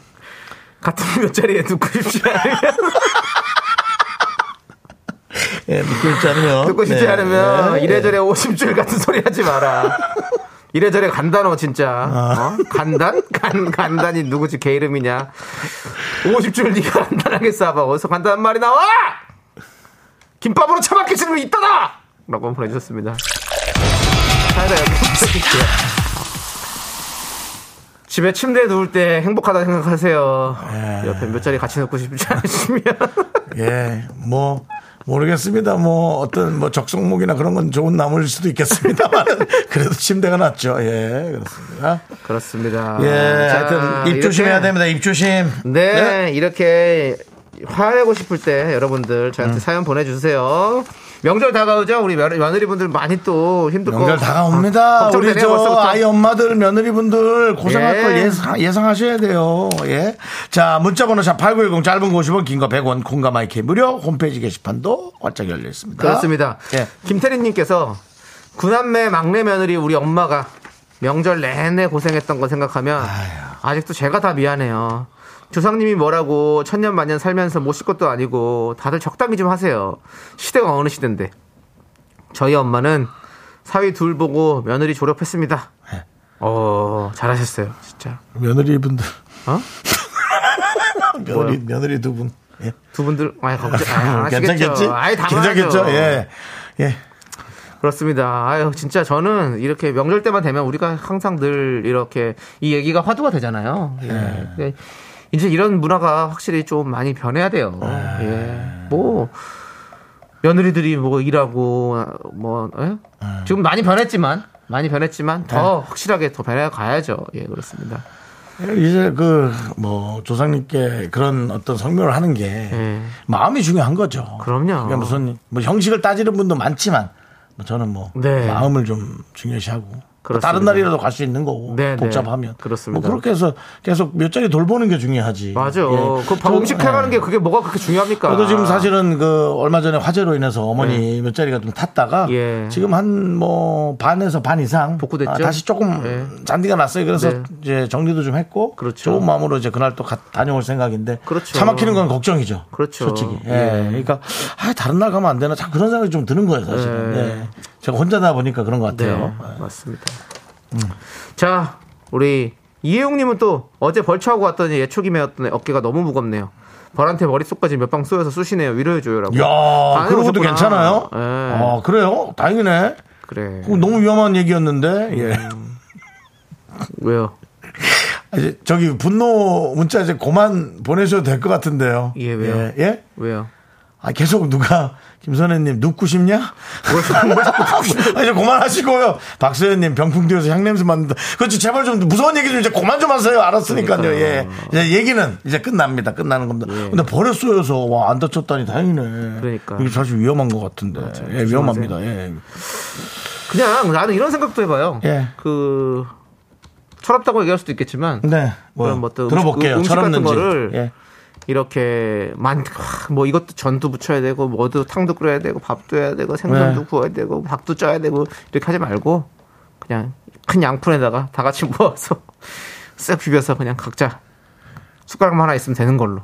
같은 몇 자리에 놓고 싶지 않으면. 예, 듣고 있지 않으면 듣고 싶지 네. 않으면 네. 이래저래 오심줄 같은 소리 하지 마라. 이래저래 간단어 진짜. 아. 어? 간단? 간 간단이 누구지 개 이름이냐? 50줄 네가 간단하게 싸봐. 어디서 간단한 말이 나와? 김밥으로 차박해 지는 있다다. 라고 보내주셨습니다. 사이다 여기 집에 침대에 누울 때 행복하다 생각하세요. 예. 옆에 몇 자리 같이 놓고 싶지 않으시면 예, 뭐 모르겠습니다. 뭐 어떤 뭐 적성목이나 그런 건 좋은 나무일 수도 있겠습니다만 그래도 침대가 낫죠. 예, 그렇습니다. 그렇습니다. 예, 자, 하여튼 입 아, 이렇게 조심해야 됩니다. 입 조심. 네, 이렇게 화내고 싶을 때 여러분들 저한테 음. 사연 보내주세요. 명절 다가오죠? 우리 며, 며느리분들 많이 또 힘들 거 명절 다가옵니다. 우리 아, 걱정되네요, 저 벌써부터. 아이 엄마들 며느리분들 고생할 예. 걸 예상, 예상하셔야 돼요. 예. 자, 문자번호 샵 8910 짧은 거 50원, 긴 거 100원, 콩과 마이크 무료 홈페이지 게시판도 활짝 열려 있습니다. 아, 그렇습니다. 예. 김태린님께서 구남매 막내 며느리 우리 엄마가 명절 내내 고생했던 거 생각하면 아직도 제가 다 미안해요. 조상님이 뭐라고 천년 만년 살면서 못 쉴 것도 아니고 다들 적당히 좀 하세요. 시대가 어느 시대인데 저희 엄마는 사위 둘 보고 며느리 졸업했습니다. 예. 어 잘하셨어요 진짜. 며느리분들. 어? 며느리, 며느리 두 분. 예. 두 분들 아예 걱정 아, 아시겠죠. 괜찮겠지? 아예 당황하죠. 괜찮겠죠? 예. 예. 그렇습니다. 아유, 진짜 저는 이렇게 명절 때만 되면 우리가 항상 늘 이렇게 이 얘기가 화두가 되잖아요. 예. 네. 근데 이제 이런 문화가 확실히 좀 많이 변해야 돼요. 네. 예. 뭐, 며느리들이 뭐 일하고, 뭐, 예? 네. 지금 많이 변했지만, 많이 변했지만 더 확실하게 더 변해가야죠. 예, 그렇습니다. 이제 그 뭐 조상님께 그런 어떤 성묘를 하는 게 예. 마음이 중요한 거죠. 그럼요. 그러니까 무슨 뭐 형식을 따지는 분도 많지만 뭐 저는 뭐 네. 마음을 좀 중요시하고 뭐 그렇습니다. 다른 날이라도 갈 수 있는 거고 네, 네. 복잡하면 그렇습니다. 뭐 그렇게 해서 계속 몇 자리 돌보는 게 중요하지. 맞아. 예. 그 저- 방식 해가는 게 그게 뭐가 그렇게 중요합니까? 저도 지금 사실은 그 얼마 전에 화재로 인해서 어머니 몇 자리가 좀 탔다가 예. 지금 한 뭐 반에서 반 이상 복구됐죠? 아, 다시 조금 예. 잔디가 났어요. 그래서 네. 이제 정리도 좀 했고 그렇죠. 좋은 마음으로 이제 그날 또 가- 다녀올 생각인데 그렇죠. 차 막히는 건 걱정이죠. 그렇죠. 솔직히. 예. 그러니까 아, 다른 날 가면 안 되나 참 그런 생각이 좀 드는 거예요, 사실은. 예. 예. 제가 혼자다 보니까 그런 것 같아요. 네, 맞습니다. 음. 자, 우리 이혜용님은 또 어제 벌초하고 왔더니 예초김에였던 어깨가 너무 무겁네요. 벌한테 머릿속까지 몇 방 쏘여서 쑤시네요. 위로해줘요라고. 이야, 다행히 그런 것도 오셨구나. 괜찮아요. 예. 아, 그래요? 다행이네. 그래. 그거 어, 너무 위험한 얘기였는데. 예. 네. 왜요? 이제 저기 분노 문자 이제 그만 보내셔도 될 것 같은데요. 예, 왜요? 예, 예? 왜요? 아, 계속 누가 김선혜님 눕고 싶냐? 아, 이제 그만하시고요. 박서연님 병풍뒤에서 향냄새 맡는다. 그렇지 제발 좀 무서운 얘기 좀 이제 그만 좀 하세요. 알았으니까요. 예. 이제 얘기는 이제 끝납니다. 끝나는 겁니다. 근데 버렸어요서 와 안 다쳤다니 다행이네. 예. 그러니까. 이게 사실 위험한 것 같은데. 예, 위험합니다. 예. 그냥 나는 이런 생각도 해봐요. 예. 그 철없다고 얘기할 수도 있겠지만 네. 뭐, 그럼 뭐또 음식- 들어볼게요. 음식 같은 철없는지. 거를 예. 이렇게 만 뭐 이것도 전도 부쳐야 되고 뭐도 탕도 끓여야 되고 밥도 해야 되고 생선도 네. 구워야 되고 밥도 쪄야 되고 이렇게 하지 말고 그냥 큰 양푼에다가 다 같이 모아서 쓱 비벼서 그냥 각자 숟가락만 하나 있으면 되는 걸로.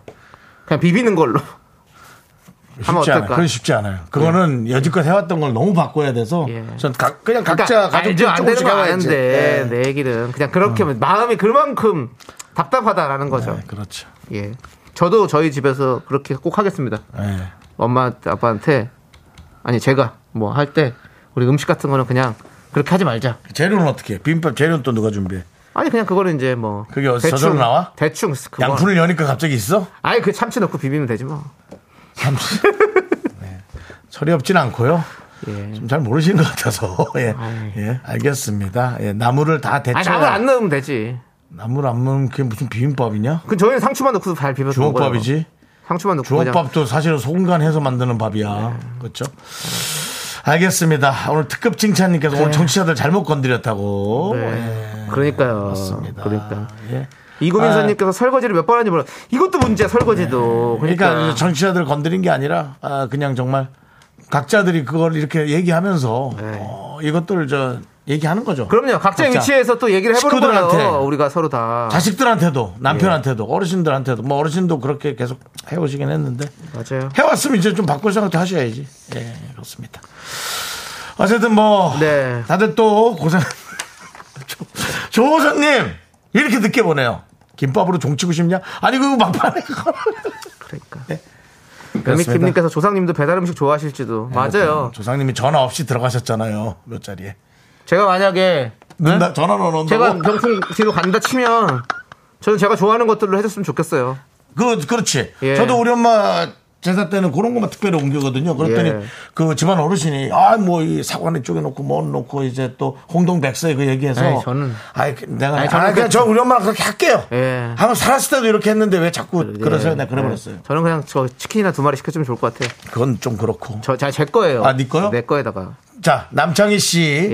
그냥 비비는 걸로. 하면 쉽지 않아요. 어떨까? 그건 쉽지 않아요. 그거는 여지껏 해왔던 걸 너무 바꿔야 돼서 예. 전 각, 그냥 각자 각자 가족들 알죠 그러니까 안 되는 조금씩 거 해야지. 예. 네. 아는데 네, 내 얘기는 그냥 그렇게 하면 마음이 그만큼 답답하다라는 거죠. 네, 그렇죠. 예. 저도 저희 집에서 그렇게 꼭 하겠습니다. 예. 엄마 아빠한테 아니 제가 뭐 할 때 우리 음식 같은 거는 그냥 그렇게 하지 말자. 재료는 어떻게 해? 비빔밥 재료는 또 누가 준비해? 아니 그냥 그거는 이제 뭐 그게 어디서 저절로 나와? 대충 그거. 양푼을 여니까 갑자기 있어? 아니 그 참치 넣고 비비면 되지 뭐. 참치. 네. 철이 없진 않고요. 예. 좀 잘 모르시는 것 같아서. 예. 아이. 예, 알겠습니다. 예, 나물을 다 아니 데쳐. 나물 안 넣으면 되지. 나물 안 먹으면 그게 무슨 비빔밥이냐? 그 저희는 상추만 넣고 잘 비벼서 먹어요. 주먹밥이지. 상추만 넣고 그냥 네. 주먹밥도 사실은 소금간 해서 만드는 밥이야. 그렇죠? 알겠습니다. 오늘 특급 칭찬님께서 오늘 청취자들 잘못 건드렸다고. 네. 예. 그러니까요. 맞습니다. 그러니까. 예. 이구민 선님께서 설거지를 몇 번 하는지 몰라. 이것도 문제야 설거지도. 그러니까, 그러니까. 청취자들 건드린 게 아니라 아, 그냥 정말 각자들이 그걸 이렇게 얘기하면서 네. 어, 이것들을 저 얘기하는 거죠. 그럼요. 각자의 각자. 위치에서 또 얘기를 해보는 식구들한테. 거예요. 우리가 서로 다. 자식들한테도 남편한테도 예. 어르신들한테도 뭐 어르신도 그렇게 계속 해오시긴 했는데 맞아요. 해왔으면 이제 좀 바꿀 생각도 하셔야지. 예, 그렇습니다. 어쨌든 뭐 네. 다들 또 고생. 조- 조호선님 이렇게 늦게 보내요. 김밥으로 종치고 싶냐? 아니 그거 막판에 그걸. 그러니까. 그렇습니다. 네, 연미킴님께서 조상님도 배달 음식 좋아하실지도. 맞아요. 조상님이 전화 없이 들어가셨잖아요. 몇 자리에. 제가 만약에 나 전화로 넣는다고. 네? 제가 병풍 뒤로 간다 치면 저는 제가 좋아하는 것들로 해줬으면 좋겠어요. 그 그렇지. 예. 저도 우리 엄마 제사 때는 그런 것만 특별히 옮기거든요. 그랬더니 예. 그 집안 어르신이 아 뭐 이 사관에 쪽에 놓고 뭐 놓고 이제 또 홍동 백서에 그 얘기해서 아니, 저는- 아이, 그- 내가 아니, 아니, 저는 그냥 그- 저 우리 엄마랑 그렇게 할게요. 예. 한번 살았을 때도 이렇게 했는데 왜 자꾸 그러세요? 내가 그래버렸어요. 네. 저는 그냥 저 치킨이나 두 마리 시켜주면 좋을 것 같아요. 그건 좀 그렇고. 저, 자, 제 거예요. 아, 네 거요? 내 거에다가. 자 남창희 씨의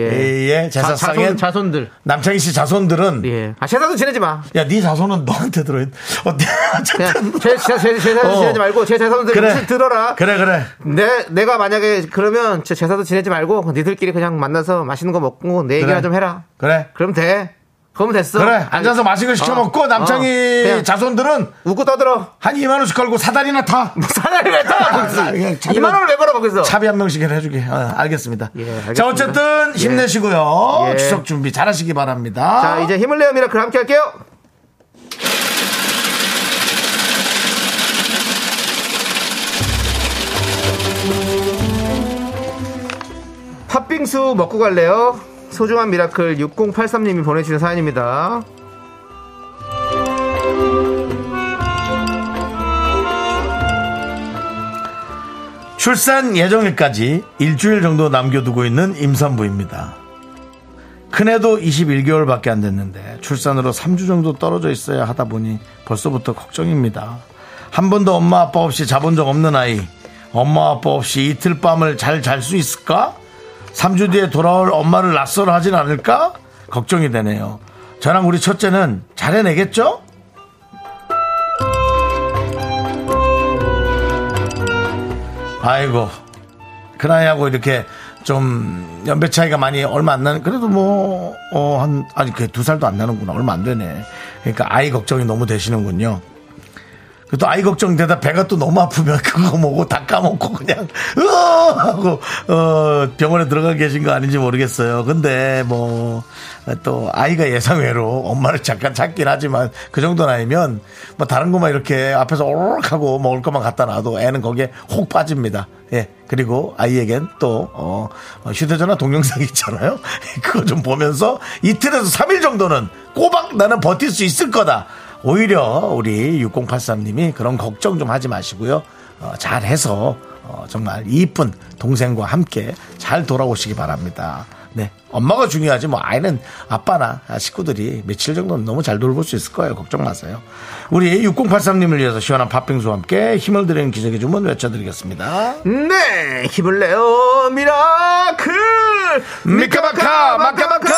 예. 자, 제사상에 자손, 자손들. 남창희 씨 자손들은 예. 아, 제사도 지내지 마. 야 네 자손은 너한테 들어 어때? 그냥 제, 제, 제, 제 제사도 어. 지내지 말고 제 제사도 그래 그래. 들어라. 그래 그래 내, 내가 만약에 그러면 제 제사도 지내지 말고 니들끼리 그냥 만나서 맛있는 거 먹고 내 얘기나 그래. 좀 해라. 그래 그럼 돼. 그러면 됐어. 그래 아니, 앉아서 맛있는 거 시켜 어, 먹고 어, 남창희 그냥 자손들은 웃고 떠들어. 한 2만 원씩 걸고 사다리나 타. 사나이 왜 아, 아, 그냥 떠? 차비로- 2만 원을 왜 음. 걸어 거기서? 차비 한 명씩 해주게. 어, 알겠습니다. 예, 알겠습니다. 자 어쨌든 힘내시고요. 예. 추석 준비 잘하시기 바랍니다. 자 이제 힘을 내요 미라클 함께 할게요. 팥빙수 먹고 갈래요? 소중한 미라클 6083님이 보내주신 사연입니다. 출산 예정일까지 일주일 정도 남겨두고 있는 임산부입니다. 큰애도 21개월밖에 안 됐는데 출산으로 3주 정도 떨어져 있어야 하다 보니 벌써부터 걱정입니다. 한 번도 엄마 아빠 없이 자본 적 없는 아이. 엄마 아빠 없이 이틀 밤을 잘 잘 수 있을까? 3주 뒤에 돌아올 엄마를 낯설어 하진 않을까? 걱정이 되네요. 저랑 우리 첫째는 잘 해내겠죠? 아이고 큰아이하고 이렇게 좀 연배 차이가 많이 얼마 안 나는 그래도 뭐 어 한 아니 그 두 살도 안 나는구나 얼마 안 되네 그러니까 아이 걱정이 너무 되시는군요 그또 아이 걱정되다 배가 또 너무 아프면 그거 뭐고 다 까먹고 그냥 으어 하고 어 병원에 들어가 계신 거 아닌지 모르겠어요. 근데 뭐 또 아이가 예상외로 엄마를 잠깐 찾긴 하지만 그 정도 나이면 뭐 다른 것만 이렇게 앞에서 오르륵 하고 먹을 것만 갖다 놔도 애는 거기에 혹 빠집니다. 예. 그리고 아이에겐 또 어, 휴대전화 동영상 있잖아요. 그거 좀 보면서 이틀에서 3일 정도는 꼬박 나는 버틸 수 있을 거다. 오히려 우리 6083님이 그런 걱정 좀 하지 마시고요. 어, 잘해서 어, 정말 이쁜 동생과 함께 잘 돌아오시기 바랍니다. 네. 엄마가 중요하지 뭐 아이는 아빠나 식구들이 며칠 정도는 너무 잘 돌볼 수 있을 거예요. 걱정 마세요. 우리 6083님을 위해서 시원한 팥빙수와 함께 힘을 드리는 기적의 주문 외쳐드리겠습니다. 네 힘을 내요 미라클 미카마카 마카마카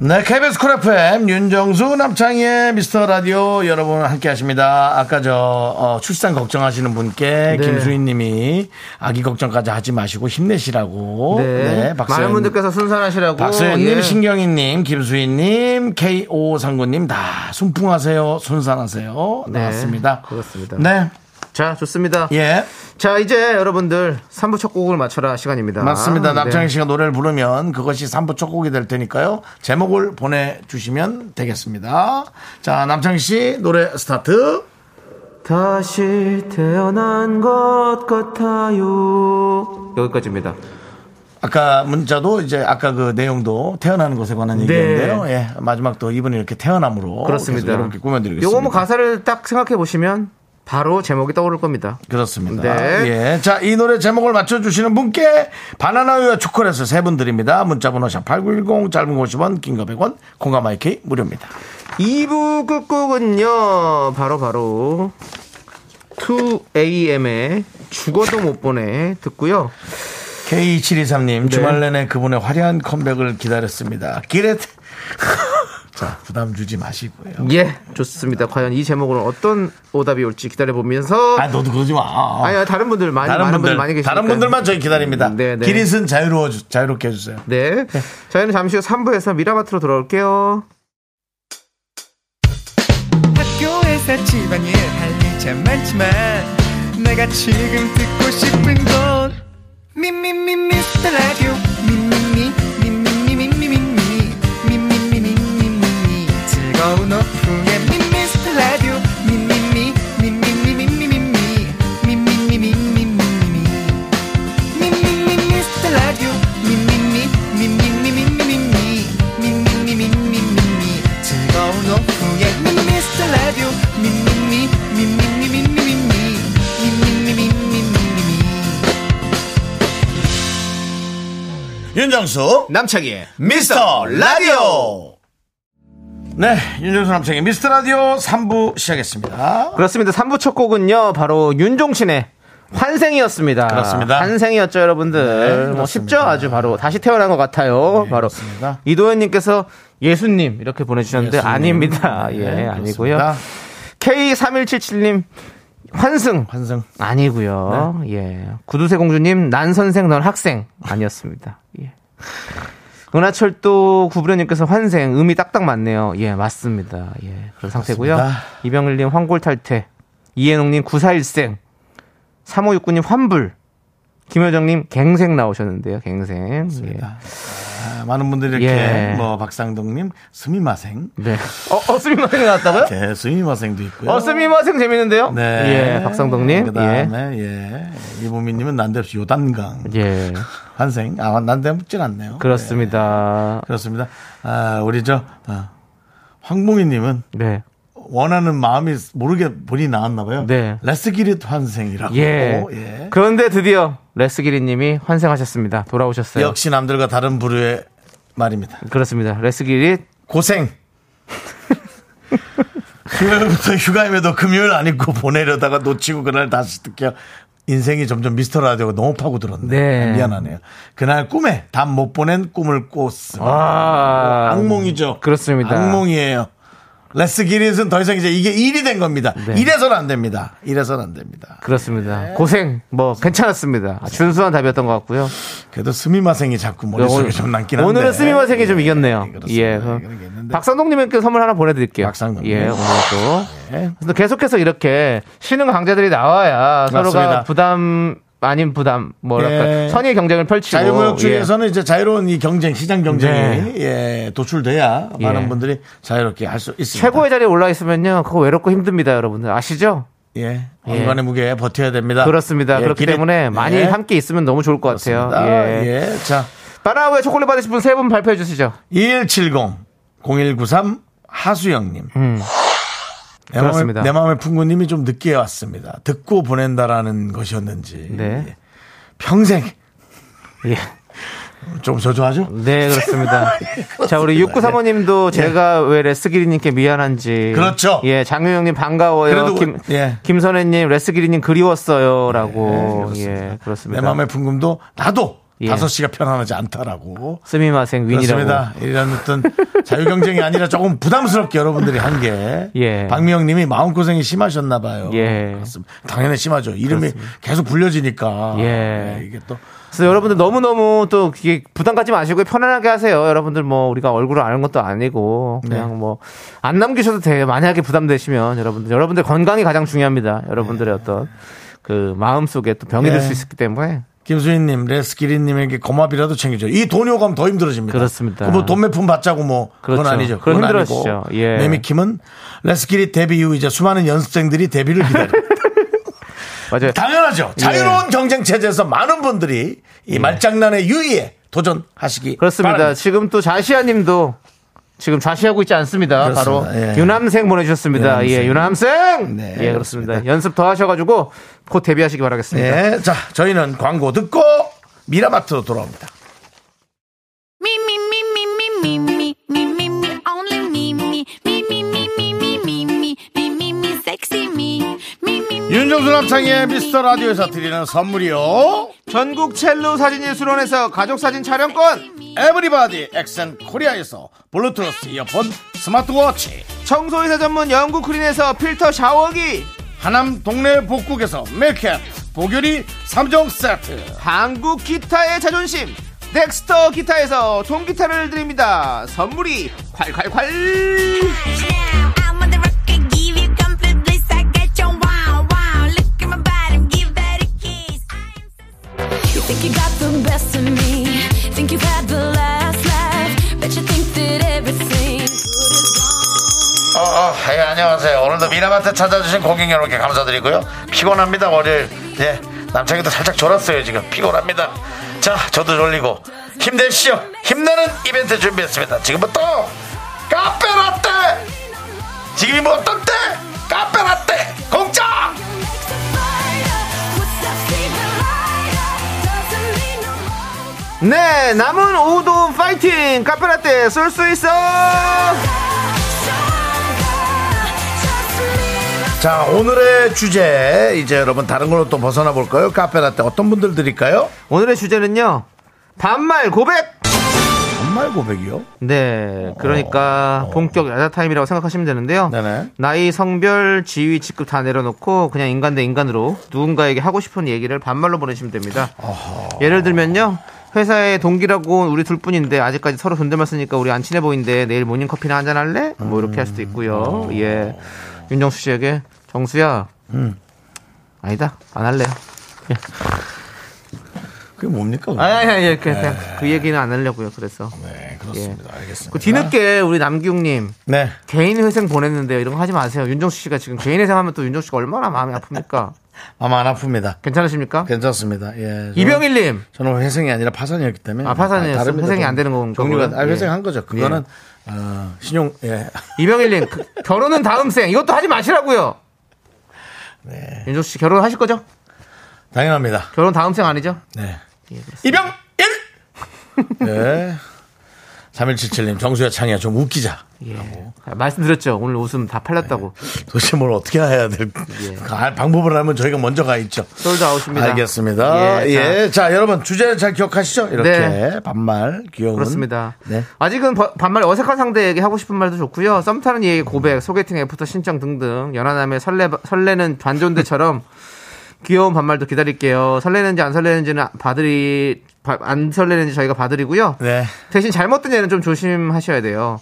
네, KBS 쿨 FM 윤정수 남창희의 미스터 라디오 여러분 함께 하십니다. 아까 저 어, 출산 걱정하시는 분께 네. 김수인님이 아기 걱정까지 하지 마시고 힘내시라고. 네. 많은 분들께서 순산하시라고. 박소연님, 예. 신경희님, 김수희님, K5539님 다 순풍하세요, 순산하세요 네, 나왔습니다. 그렇습니다. 네, 자, 좋습니다. 예, 자, 이제 여러분들 3부 첫 곡을 맞춰라 시간입니다. 맞습니다. 남창희 네. 씨가 노래를 부르면 그것이 3부 첫 곡이 될 테니까요. 제목을 보내주시면 되겠습니다. 자, 남창희 씨 노래 스타트. 다시 태어난 것 같아요. 여기까지입니다. 아까 문자도 이제 아까 그 내용도 태어나는 것에 관한 얘기인데요. 예, 마지막도 이분이 이렇게 태어남으로 네. 그렇습니다. 계속 여러분께 꾸며드리겠습니다. 요거 뭐 가사를 딱 생각해 보시면 바로 제목이 떠오를 겁니다. 그렇습니다. 네. 예. 자, 이 노래 제목을 맞춰주시는 분께 바나나우유와 초콜릿을 세 분 드립니다. 문자번호 샵8910, 짧은 50원, 긴 거 100원, 공감 IK 무료입니다. 2부 끝곡은요, 바로 바로 2AM의 죽어도 못 보내 듣고요. 네. K723님, 주말 내내 그분의 화려한 컴백을 기다렸습니다. 기렛! 자, 부담 주지 마시고요. 예, 좋습니다. 과연 이 제목으로 어떤 오답이 올지 기다려 보면서 아, 너도 그러지 마. 아니, 아니, 다른 분들 많이 다른 많은 분들, 분들, 많이 계시니까. 다른 분들만 저희 기다립니다. 네, 네. 기릿은 자유로워, 주- 자유롭게 해주세요. 네. 저희는 잠시 후 3부에서 미라마트로 돌아올게요. 학교에서 집안일 할 일 참 많지만 내가 지금 듣고 싶은 건 미미미 미스터 라디오 미미미 미미미 미미미 미미미 미미미 즐거운 오후에 미스터 라디오 미미미 미미미 미미미 미미미 미미미 미미미 미스터 라디오 미미미 미미미 미미미 미미미 미미미 즐거운 오후에 미스터 라디오 미미미 미미미 미미미 미미미 미미미 윤정수 남창희의 미스터 라디오 네, 윤정수 남창의 미스터 라디오 3부 시작했습니다. 그렇습니다. 3부 첫 곡은요. 바로 윤종신의 환생이었습니다. 그렇습니다. 네, 환생이었죠, 여러분들. 뭐 그렇습니다. 네, 쉽죠? 아주 바로 다시 태어난 것 같아요. 바로 그렇습니다. 이도현 님께서 예수님 이렇게 보내 주셨는데 예수님. 아닙니다. 예, 네, 아니고요. 그렇습니다. K3177 님 환승 환승. 아니고요. 예. 구두쇠 공주님 난 선생 넌 학생 아니었습니다. 예. 은하철도 구부려님께서 환생 음이 딱딱 맞네요. 예 맞습니다. 예 그런 상태고요. 그렇습니다. 이병일님 황골탈퇴 이혜농님 구사일생 3569님 환불 김효정님 갱생 나오셨는데요. 갱생. 예. 아, 많은 분들이 이렇게 예. 뭐 박상동님 스미마생, 네. 어, 어 스미마생 나왔다고요? 네, 스미마생도 있고요. 어 스미마생 재밌는데요. 네, 예 박상덕님. 예. 그다음에 예, 이보미님은 난데없이 요단강 예 환생. 아 난데없진 않네요. 그렇습니다. 네, 그렇습니다. 아 우리 저 아, 황봉희님은 네. 원하는 마음이 모르게 본인이 나왔나 봐요. 네. 레스기릿 환생이라고. 예. 예. 그런데 드디어 레스기리님이 환생하셨습니다. 돌아오셨어요. 역시 남들과 다른 부류의 말입니다. 그렇습니다. 레스기리 고생. 금요일부터 휴가임에도 금요일 안 입고 보내려다가 놓치고 그날 다시 듣게 인생이 점점 미스터 라디오가 너무 파고들었네. 아, 네. 미안하네요. 그날 꿈에 답 못 보낸 꿈을 꿨어. 아, 악몽이죠. 그렇습니다. 악몽이에요. 레스 기릿은 더 이상 이제 이게 일이 된 겁니다. 네. 이래서는 안 됩니다. 이래서는 안 됩니다. 그렇습니다. 네. 고생 뭐 괜찮았습니다. 아, 준수한 답이었던 것 같고요. 그래도 스미마생이 자꾸 머릿속에 좀 남긴 한데. 오늘은 스미마생이 좀 이겼네요. 네, 그렇습니다. 예. 그럼 그런 게 있는데. 박상동님께 선물 하나 보내드릴게요. 박상동님. 예. 예, 오늘 또. 근데 계속해서 이렇게 신흥 강자들이 나와야 맞습니다. 서로가 부담 아닌 부담 뭐랄까 예. 선의의 경쟁을 펼치고 자유무역 예. 네. 중에서는 이제 자유로운 이 경쟁, 시장 경쟁이 예, 도출돼야 예. 많은 분들이 자유롭게 할 수 있습니다. 최고의 자리에 올라 있으면요. 그거 외롭고 힘듭니다, 여러분들. 아시죠? 예, 왕관의 무게에 버텨야 됩니다. 그렇습니다. 예, 그렇기 기립. 때문에 많이 예, 함께 있으면 너무 좋을 것 같아요. 그렇습니다. 예. 예, 자, 바나우에 초콜릿 받으실 분 세 분 발표해 주시죠. 2170 0193 하수영님. 내 음. 그렇습니다. 마음의, 내 마음의 풍구님이 좀 늦게 왔습니다. 듣고 보낸다라는 것이었는지. 네. 예. 평생 예. 좀 저조하죠? 네, 그렇습니다. 자, 우리 육구 사모님도 제가 왜 레스기리님께 미안한지. 예. 그렇죠. 예, 장유영님 반가워요. 그래도 김, 예. 김선혜님 레스기리님 그리웠어요. 라고. 예, 그렇습니다. 그렇습니다. 내 마음의 풍금도 나도 예. 다섯 시가 편안하지 않다라고. 스미마생 윈이라고. 그렇습니다. 이런 어떤 자유 경쟁이 아니라 조금 부담스럽게 여러분들이 한 게. 예. 박미영님이 마음 고생이 심하셨나 봐요. 예. 그렇습니다. 당연히 심하죠. 이름이 계속 불려지니까. 네, 예. 이게 또 그래서 여러분들 너무너무 또 이게 부담 갖지 마시고 편안하게 하세요. 여러분들 뭐 우리가 얼굴을 아는 것도 아니고 그냥 네. 뭐 안 남기셔도 돼요. 만약에 부담되시면 여러분들 여러분들 건강이 가장 중요합니다. 여러분들의 어떤 그 마음 속에 또 병이 네. 될수 있기 때문에 김수인님, 레스키리님에게 고맙이라도 챙겨줘. 이 돈이 오가면 더 힘들어집니다. 그렇습니다. 뭐돈 몇 푼 받자고 뭐 그건 그렇죠. 아니죠. 그건 그건 힘들어지죠. 아니고. 예. 레미킴은 레스키리 데뷔 이후 이제 수많은 연습생들이 데뷔를 기다려. 맞아요. 당연하죠. 예. 자유로운 경쟁 체제에서 많은 분들이 이 말장난의 유의에 도전하시기 그렇습니다. 바랍니다. 지금 또 자시아님도 지금 좌시하고 있지 않습니다. 그렇습니다. 바로 예. 유남생 보내주셨습니다. 유남생. 예, 유남생. 네, 예, 그렇습니다. 연습 더 하셔가지고 곧 데뷔하시기 바라겠습니다. 예, 자 저희는 광고 듣고 미라마트로 돌아옵니다. Me, me, me, me, me, me, me, me, me, me, only me, me, me, me, me, me, me, me, me, me, me, me, sexy me, me, me, me. 윤정수 남창의 미스터 라디오에서 드리는 선물이요. 전국 첼로 사진예술원에서 가족사진 촬영권, 에브리바디 엑센 코리아에서 블루투스 이어폰 스마트워치 청소회사 전문 영국크린에서 필터 샤워기, 하남 동네 복국에서 맥캡 보교리 3종 세트 한국 기타의 자존심, 넥스터 기타에서 동기타를 드립니다. 선물이 콸콸콸! Now, I'm on the rocket, give you comfort bliss. I got your wow, wow. Look at my body, give that a kiss. I am so You think you got the best of me. Think you've had the last laugh. Bet you think that everything good is gone. 어, 어, 예, 안녕하세요 오늘도 미라마트 찾아주신 고객 여러분께 감사드리고요 피곤합니다 월요일 예, 남창이도 살짝 졸았어요 지금 피곤합니다 자 저도 졸리고 힘내시죠 힘내는 이벤트 준비했습니다 지금부터 카페라떼 지금이 뭐 어떤 때 카페라떼 공짜 Your legs are fire. What's up, see the light? Doesn't mean 네, no more. 남은 오후도 파이팅! 카페라떼 네, 쏠 수 있어! 자 오늘의 주제 이제 여러분 다른 걸로 또 벗어나 볼까요? 카페라떼 어떤 분들 드릴까요? 오늘의 주제는요, 반말 고백! 정말 고백이요? 네, 그러니까 본격 야자 타임이라고 생각하시면 되는데요. 네네. 나이, 성별, 지위, 직급 다 내려놓고 그냥 인간 대 인간으로 누군가에게 하고 싶은 얘기를 반말로 보내시면 됩니다. 예를 들면요. 회사의 동기라고 우리 둘뿐인데 아직까지 서로 존댓말 쓰니까 우리 안 친해 보이는데 내일 모닝 커피나 한잔 할래? 뭐 이렇게 할 수도 있고요. 예. 윤정수 씨에게 정수야. 아니다. 안 할래요. 그게 뭡니까? 아, 아, 아, 예, 그냥 그 얘기는 안 하려고요. 그래서. 네 그렇습니다. 알겠습니다. 그 뒤늦게 우리 남기웅님 네 개인 회생 보냈는데요. 이런 거 하지 마세요. 윤정수 씨가 지금 개인 회생하면 또 윤정수 씨가 얼마나 마음이 아픕니까? 아마 안 아픕니다. 괜찮으십니까? 괜찮습니다. 예. 저는- 이병일님. 저는 회생이 아니라 파산이었기 때문에 아, 파산이었어요? 다릅니다. 회생이 좀 안 되는 건가 종류가 보네요. 아, 예. 회생한 거죠. 그거는 어, 신용 예. 이병일님 그 결혼은 다음 생 이것도 하지 마시라고요. 윤정수 씨 결혼하실 거죠? 당연합니다. 결혼 다음 생 아니죠? 네. 예, 이병 1 네. 3177님 정수야 창이야 좀 웃기자. 예. 아, 말씀드렸죠. 오늘 웃음 다 팔렸다고. 도대체 뭘 어떻게 해야 될 아, 방법을 하면 저희가 먼저 가 있죠. 예. 솔드아웃입니다. 알겠습니다. 예, 예, 자. 자. 여러분 주제 잘 기억하시죠? 이렇게 네. 반말 귀여운 그렇습니다. 네. 아직은 버- 반말 어색한 상대에게 하고 싶은 말도 좋고요. 썸 타는 얘기 고백, 소개팅 애프터 신청 등등 연하남의 설레 설레는 반존대처럼 귀여운 반말도 기다릴게요. 설레는지 안 설레는지는 봐드리 바- 안 설레는지 저희가 봐드리고요. 네. 대신 잘못된 얘는 좀 조심하셔야 돼요.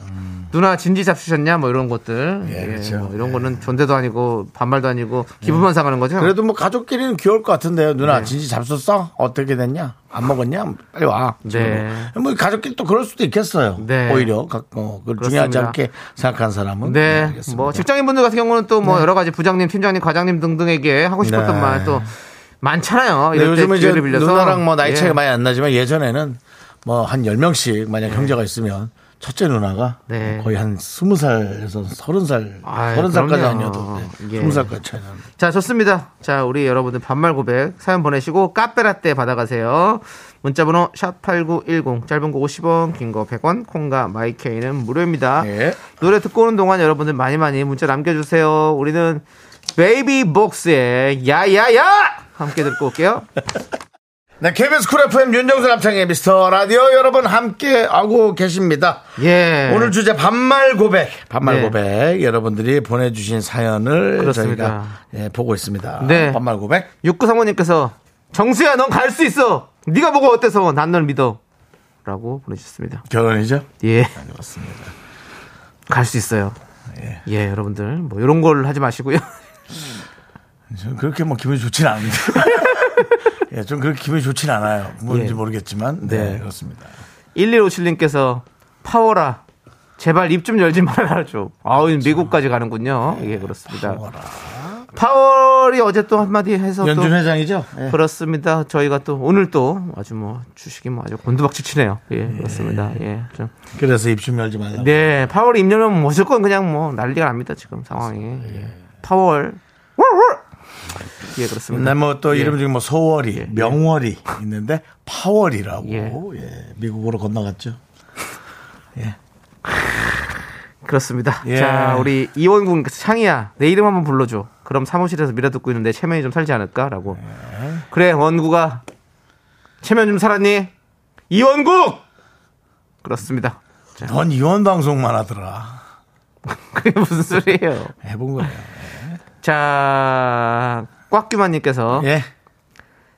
누나 진지 잡수셨냐 뭐 이런 것들 음. 예, 그렇죠. 뭐 이런 거는 존대도 아니고 반말도 아니고 기분만 상하는 거죠. 그래도 뭐 가족끼리는 귀여울 것 같은데요. 누나 네. 진지 잡수어 어떻게 됐냐? 안 먹었냐? 빨리 와. 네. 뭐 가족끼리 또 그럴 수도 있겠어요. 네. 오히려 각- 어, 그걸 중요하지 그렇습니다. 않게 생각한 사람은 네, 알겠습니다. 뭐 직장인분들 같은 경우는 또 뭐 여러 가지 부장님, 팀장님, 과장님 등등에게 하고 싶었던 네. 말 또 많잖아요. 네, 이럴 때 요즘은 이제 기회를 빌려서 누나랑 뭐 나이 차이가 예. 많이 안 나지만 예전에는 뭐 한 10명씩 만약 형제가 있으면 첫째 누나가 네. 거의 한 20살에서 30살, 아이, 30살까지 그럼요. 아니어도 네, 예. 20살까지 차이는. 자, 좋습니다. 자, 우리 여러분들 반말 고백 사연 보내시고 카페라떼 받아가세요. 문자번호 샵8910 짧은 거 50원, 긴 거 100원, 콩과 마이케이는 무료입니다. 예. 노래 듣고 오는 동안 여러분들 많이 많이 문자 남겨주세요. 우리는 베이비복스의 야야야 함께 듣고 올게요. 네, KBS 쿨 FM 윤정수 남창의 미스터 라디오 여러분 함께 하고 계십니다. 예. 오늘 주제 반말 고백. 반말 네. 고백. 여러분들이 보내주신 사연을 그렇습니다. 저희가 예, 보고 있습니다. 네. 반말 고백. 육구사모님께서 정수야 넌 갈 수 있어. 네가 보고 어때서 난 널 믿어라고 보내주셨습니다. 결혼이죠? 예, 맞습니다. 갈 수 있어요. 예. 여러분들 뭐 이런 걸 하지 마시고요. 저는 그렇게 뭐 기분이 좋진 않은데. 예, 좀 그렇게 기분이 좋진 않아요. 뭔지 예. 모르겠지만. 네, 네. 그렇습니다. 1157님께서 파워라 제발 입 좀 열지 말아라 좀. 아우 미국까지 가는군요. 예 그렇습니다. 파월이 어제 또 한마디 해서 또 네. 연준 회장이죠? 예. 그렇습니다. 저희가 또 오늘 또 아주 뭐 주식이 뭐 아주 곤두박질치네요. 예, 그렇습니다. 예, 좀. 그래서 입 좀 열지 말라고. 네, 파월이 입열면 무조건 그냥 뭐 난리가 납니다 지금 상황이. 예. 파월. 워워! 예, 그렇습니다. 옛날 뭐또 예. 이름 중에 뭐 소월이, 예. 명월이 있는데 파월이라고 예. 예, 미국으로 건너갔죠. 그렇습니다. 예. 자, 우리 이원군께서 창이야 내 이름 한번 불러줘. 그럼 사무실에서 미라 듣고 있는데 체면이 좀 살지 않을까라고. 예. 그래, 원구가 체면 좀 살았니? 이원국. 그렇습니다. 넌 이원 방송만 하더라. 그게 무슨 소리예요? 해본 거예요. 자, 꽉규만님께서 예.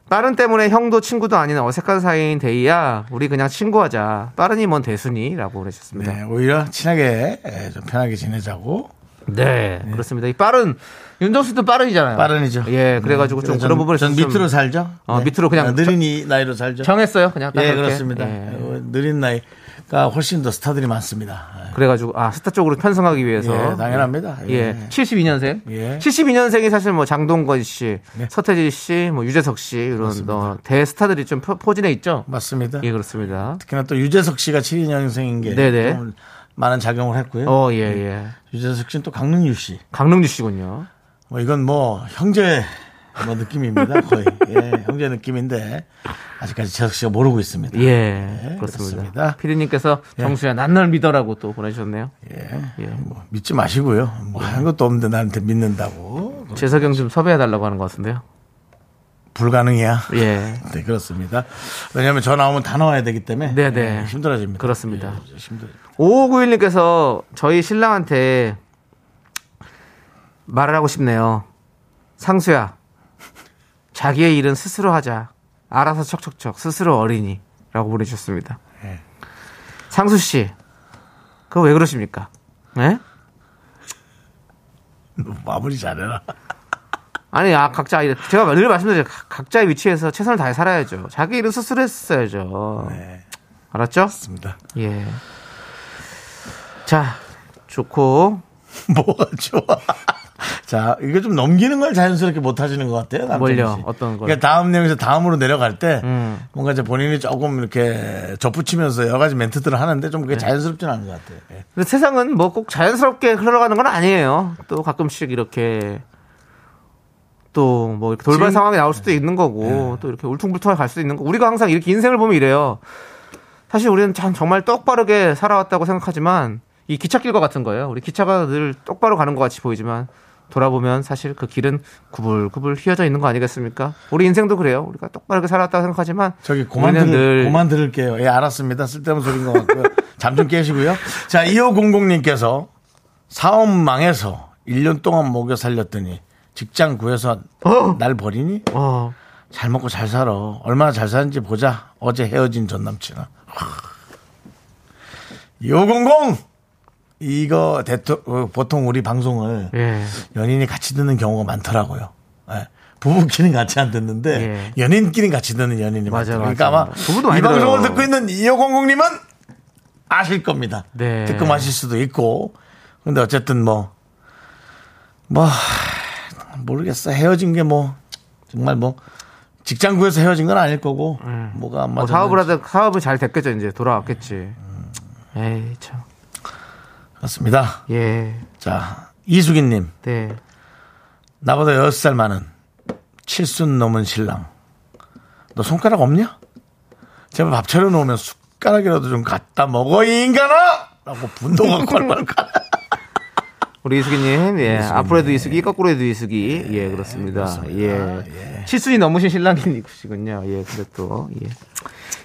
빠른 때문에 형도 친구도 아닌 어색한 사이인 데이야. 우리 그냥 친구하자. 빠른이 뭔 대순이라고 그러셨습니다. 네, 네, 오히려 친하게 예, 좀 편하게 지내자고. 네, 그렇습니다. 이 빠른 윤정수도 빠른이잖아요. 빠른이죠. 네. 예, 그래가지고 좀 전- 그런 부분에서 전 좀 밑으로 살죠. 어, 밑으로 그냥 아, 느린 이 나이로 살죠. 정했어요. 그냥 딱 예, 그렇게. 그렇습니다. 예. 어, 느린 나이가 훨씬 더 스타들이 많습니다. 그래가지고 아 스타 쪽으로 편성하기 위해서 예, 당연합니다. 예, 예. 72년생. 예. 72년생이 사실 뭐 장동건 씨, 네. 서태지 씨, 뭐 유재석 씨 이런 어, 대스타들이 좀 포- 포진해 있죠. 맞습니다. 예, 그렇습니다. 특히나 또 유재석 씨가 7인년생인 게 네네. 좀 많은 작용을 했고요. 어, 예, 예. 유재석 씨는 또 강릉 유씨. 강릉주 씨군요. 뭐 이건 뭐 형제 뭐 느낌입니다 거의 예, 형제 느낌인데 아직까지 재석 씨가 모르고 있습니다. 예, 그렇습니다. 그렇습니다. 피디님께서 정수야 난 널 믿어라고 또 보내주셨네요. 예, 예. 뭐 믿지 마시고요. 뭐 하는 것도 없는데 나한테 믿는다고 재석영 좀 섭외해달라고 하는 것 같은데요. 불가능이야. 예, 네 그렇습니다. 왜냐하면 저 나오면 다 나와야 되기 때문에 네네. 예, 힘들어집니다. 그렇습니다. 예, 힘들. 5591님께서 저희 신랑한테 말을 하고 싶네요. 상수야, 자기의 일은 스스로 하자. 알아서 척척척, 스스로 어린이. 라고 보내주셨습니다. 예. 상수씨, 그거 왜 그러십니까? 예? 너 마무리 잘해라. 아니, 아, 각자, 일- 제가 늘 말씀드렸죠. 각- 각자의 위치에서 최선을 다해 살아야죠. 자기 일은 스스로 했어야죠. 네, 알았죠? 맞습니다. 예. 자, 좋고, 뭐가 좋아? 자, 이거 좀 넘기는 걸 자연스럽게 못 하시는 것 같아요. 남편이 뭘요? 씨. 어떤 걸? 그러니까 다음 내용에서 다음으로 내려갈 때 음. 뭔가 이제 본인이 조금 이렇게 접붙이면서 여러 가지 멘트들을 하는데 좀 네. 그게 자연스럽진 않은 것 같아요. 예. 근데 세상은 뭐 꼭 자연스럽게 흘러가는 건 아니에요. 또 가끔씩 이렇게 또 뭐 이렇게 돌발 상황이 나올 네. 수도 있는 거고 또 이렇게 울퉁불퉁하게 갈 수도 있는 거. 우리가 항상 이렇게 인생을 보면 이래요. 사실 우리는 참 정말 똑바르게 살아왔다고 생각하지만 이 기찻길과 같은 거예요. 우리 기차가 늘 똑바로 가는 것 같이 보이지만 돌아보면 사실 그 길은 구불구불 휘어져 있는 거 아니겠습니까? 우리 인생도 그래요. 우리가 똑바르게 살아왔다고 생각하지만 저기 고만, 우리는 들, 늘 고만 들을게요. 예, 알았습니다. 쓸데없는 소리인 것 같고요. 잠 좀 깨시고요. 자, 2500님께서 사업 망해서 1년 동안 먹여 살렸더니 직장 구해서 어! 날 버리니? 어, 잘 먹고 잘 살아. 얼마나 잘 사는지 보자. 어제 헤어진 전 남친아. 요공공 이거 대토, 어, 보통 우리 방송을 예. 연인이 같이 듣는 경우가 많더라고요. 예. 부부끼리는 같이 안 듣는데 연인끼리 같이 듣는 연인이 예. 많아요. 맞아요, 그러니까 맞아요. 아마 부부도 많이 이 방송을 들어요. 듣고 있는 이호공공님은 아실 겁니다. 네. 듣고 마실 수도 있고. 근데 어쨌든 뭐, 뭐, 모르겠어. 헤어진 게 뭐, 정말 뭐, 직장 구에서 헤어진 건 아닐 거고, 뭐가 안 뭐 맞아. 사업을 하다 사업이 잘 됐겠죠 이제 돌아왔겠지. 에이 참. 그렇습니다. 예. 자, 이수기님. 네. 나보다 6살 많은 칠순 넘은 신랑. 너 손가락 없냐? 제발 밥 차려놓으면 숟가락이라도 좀 갖다 먹어, 이 인간아! 라고 분노가 콸콸콸. 우리 이수기님, 예. 앞으로도 이수기, 거꾸로도 이수기. 예, 그렇습니다. 예. 칠순이 넘으신 신랑이시군요. 예, 근데 또, 예.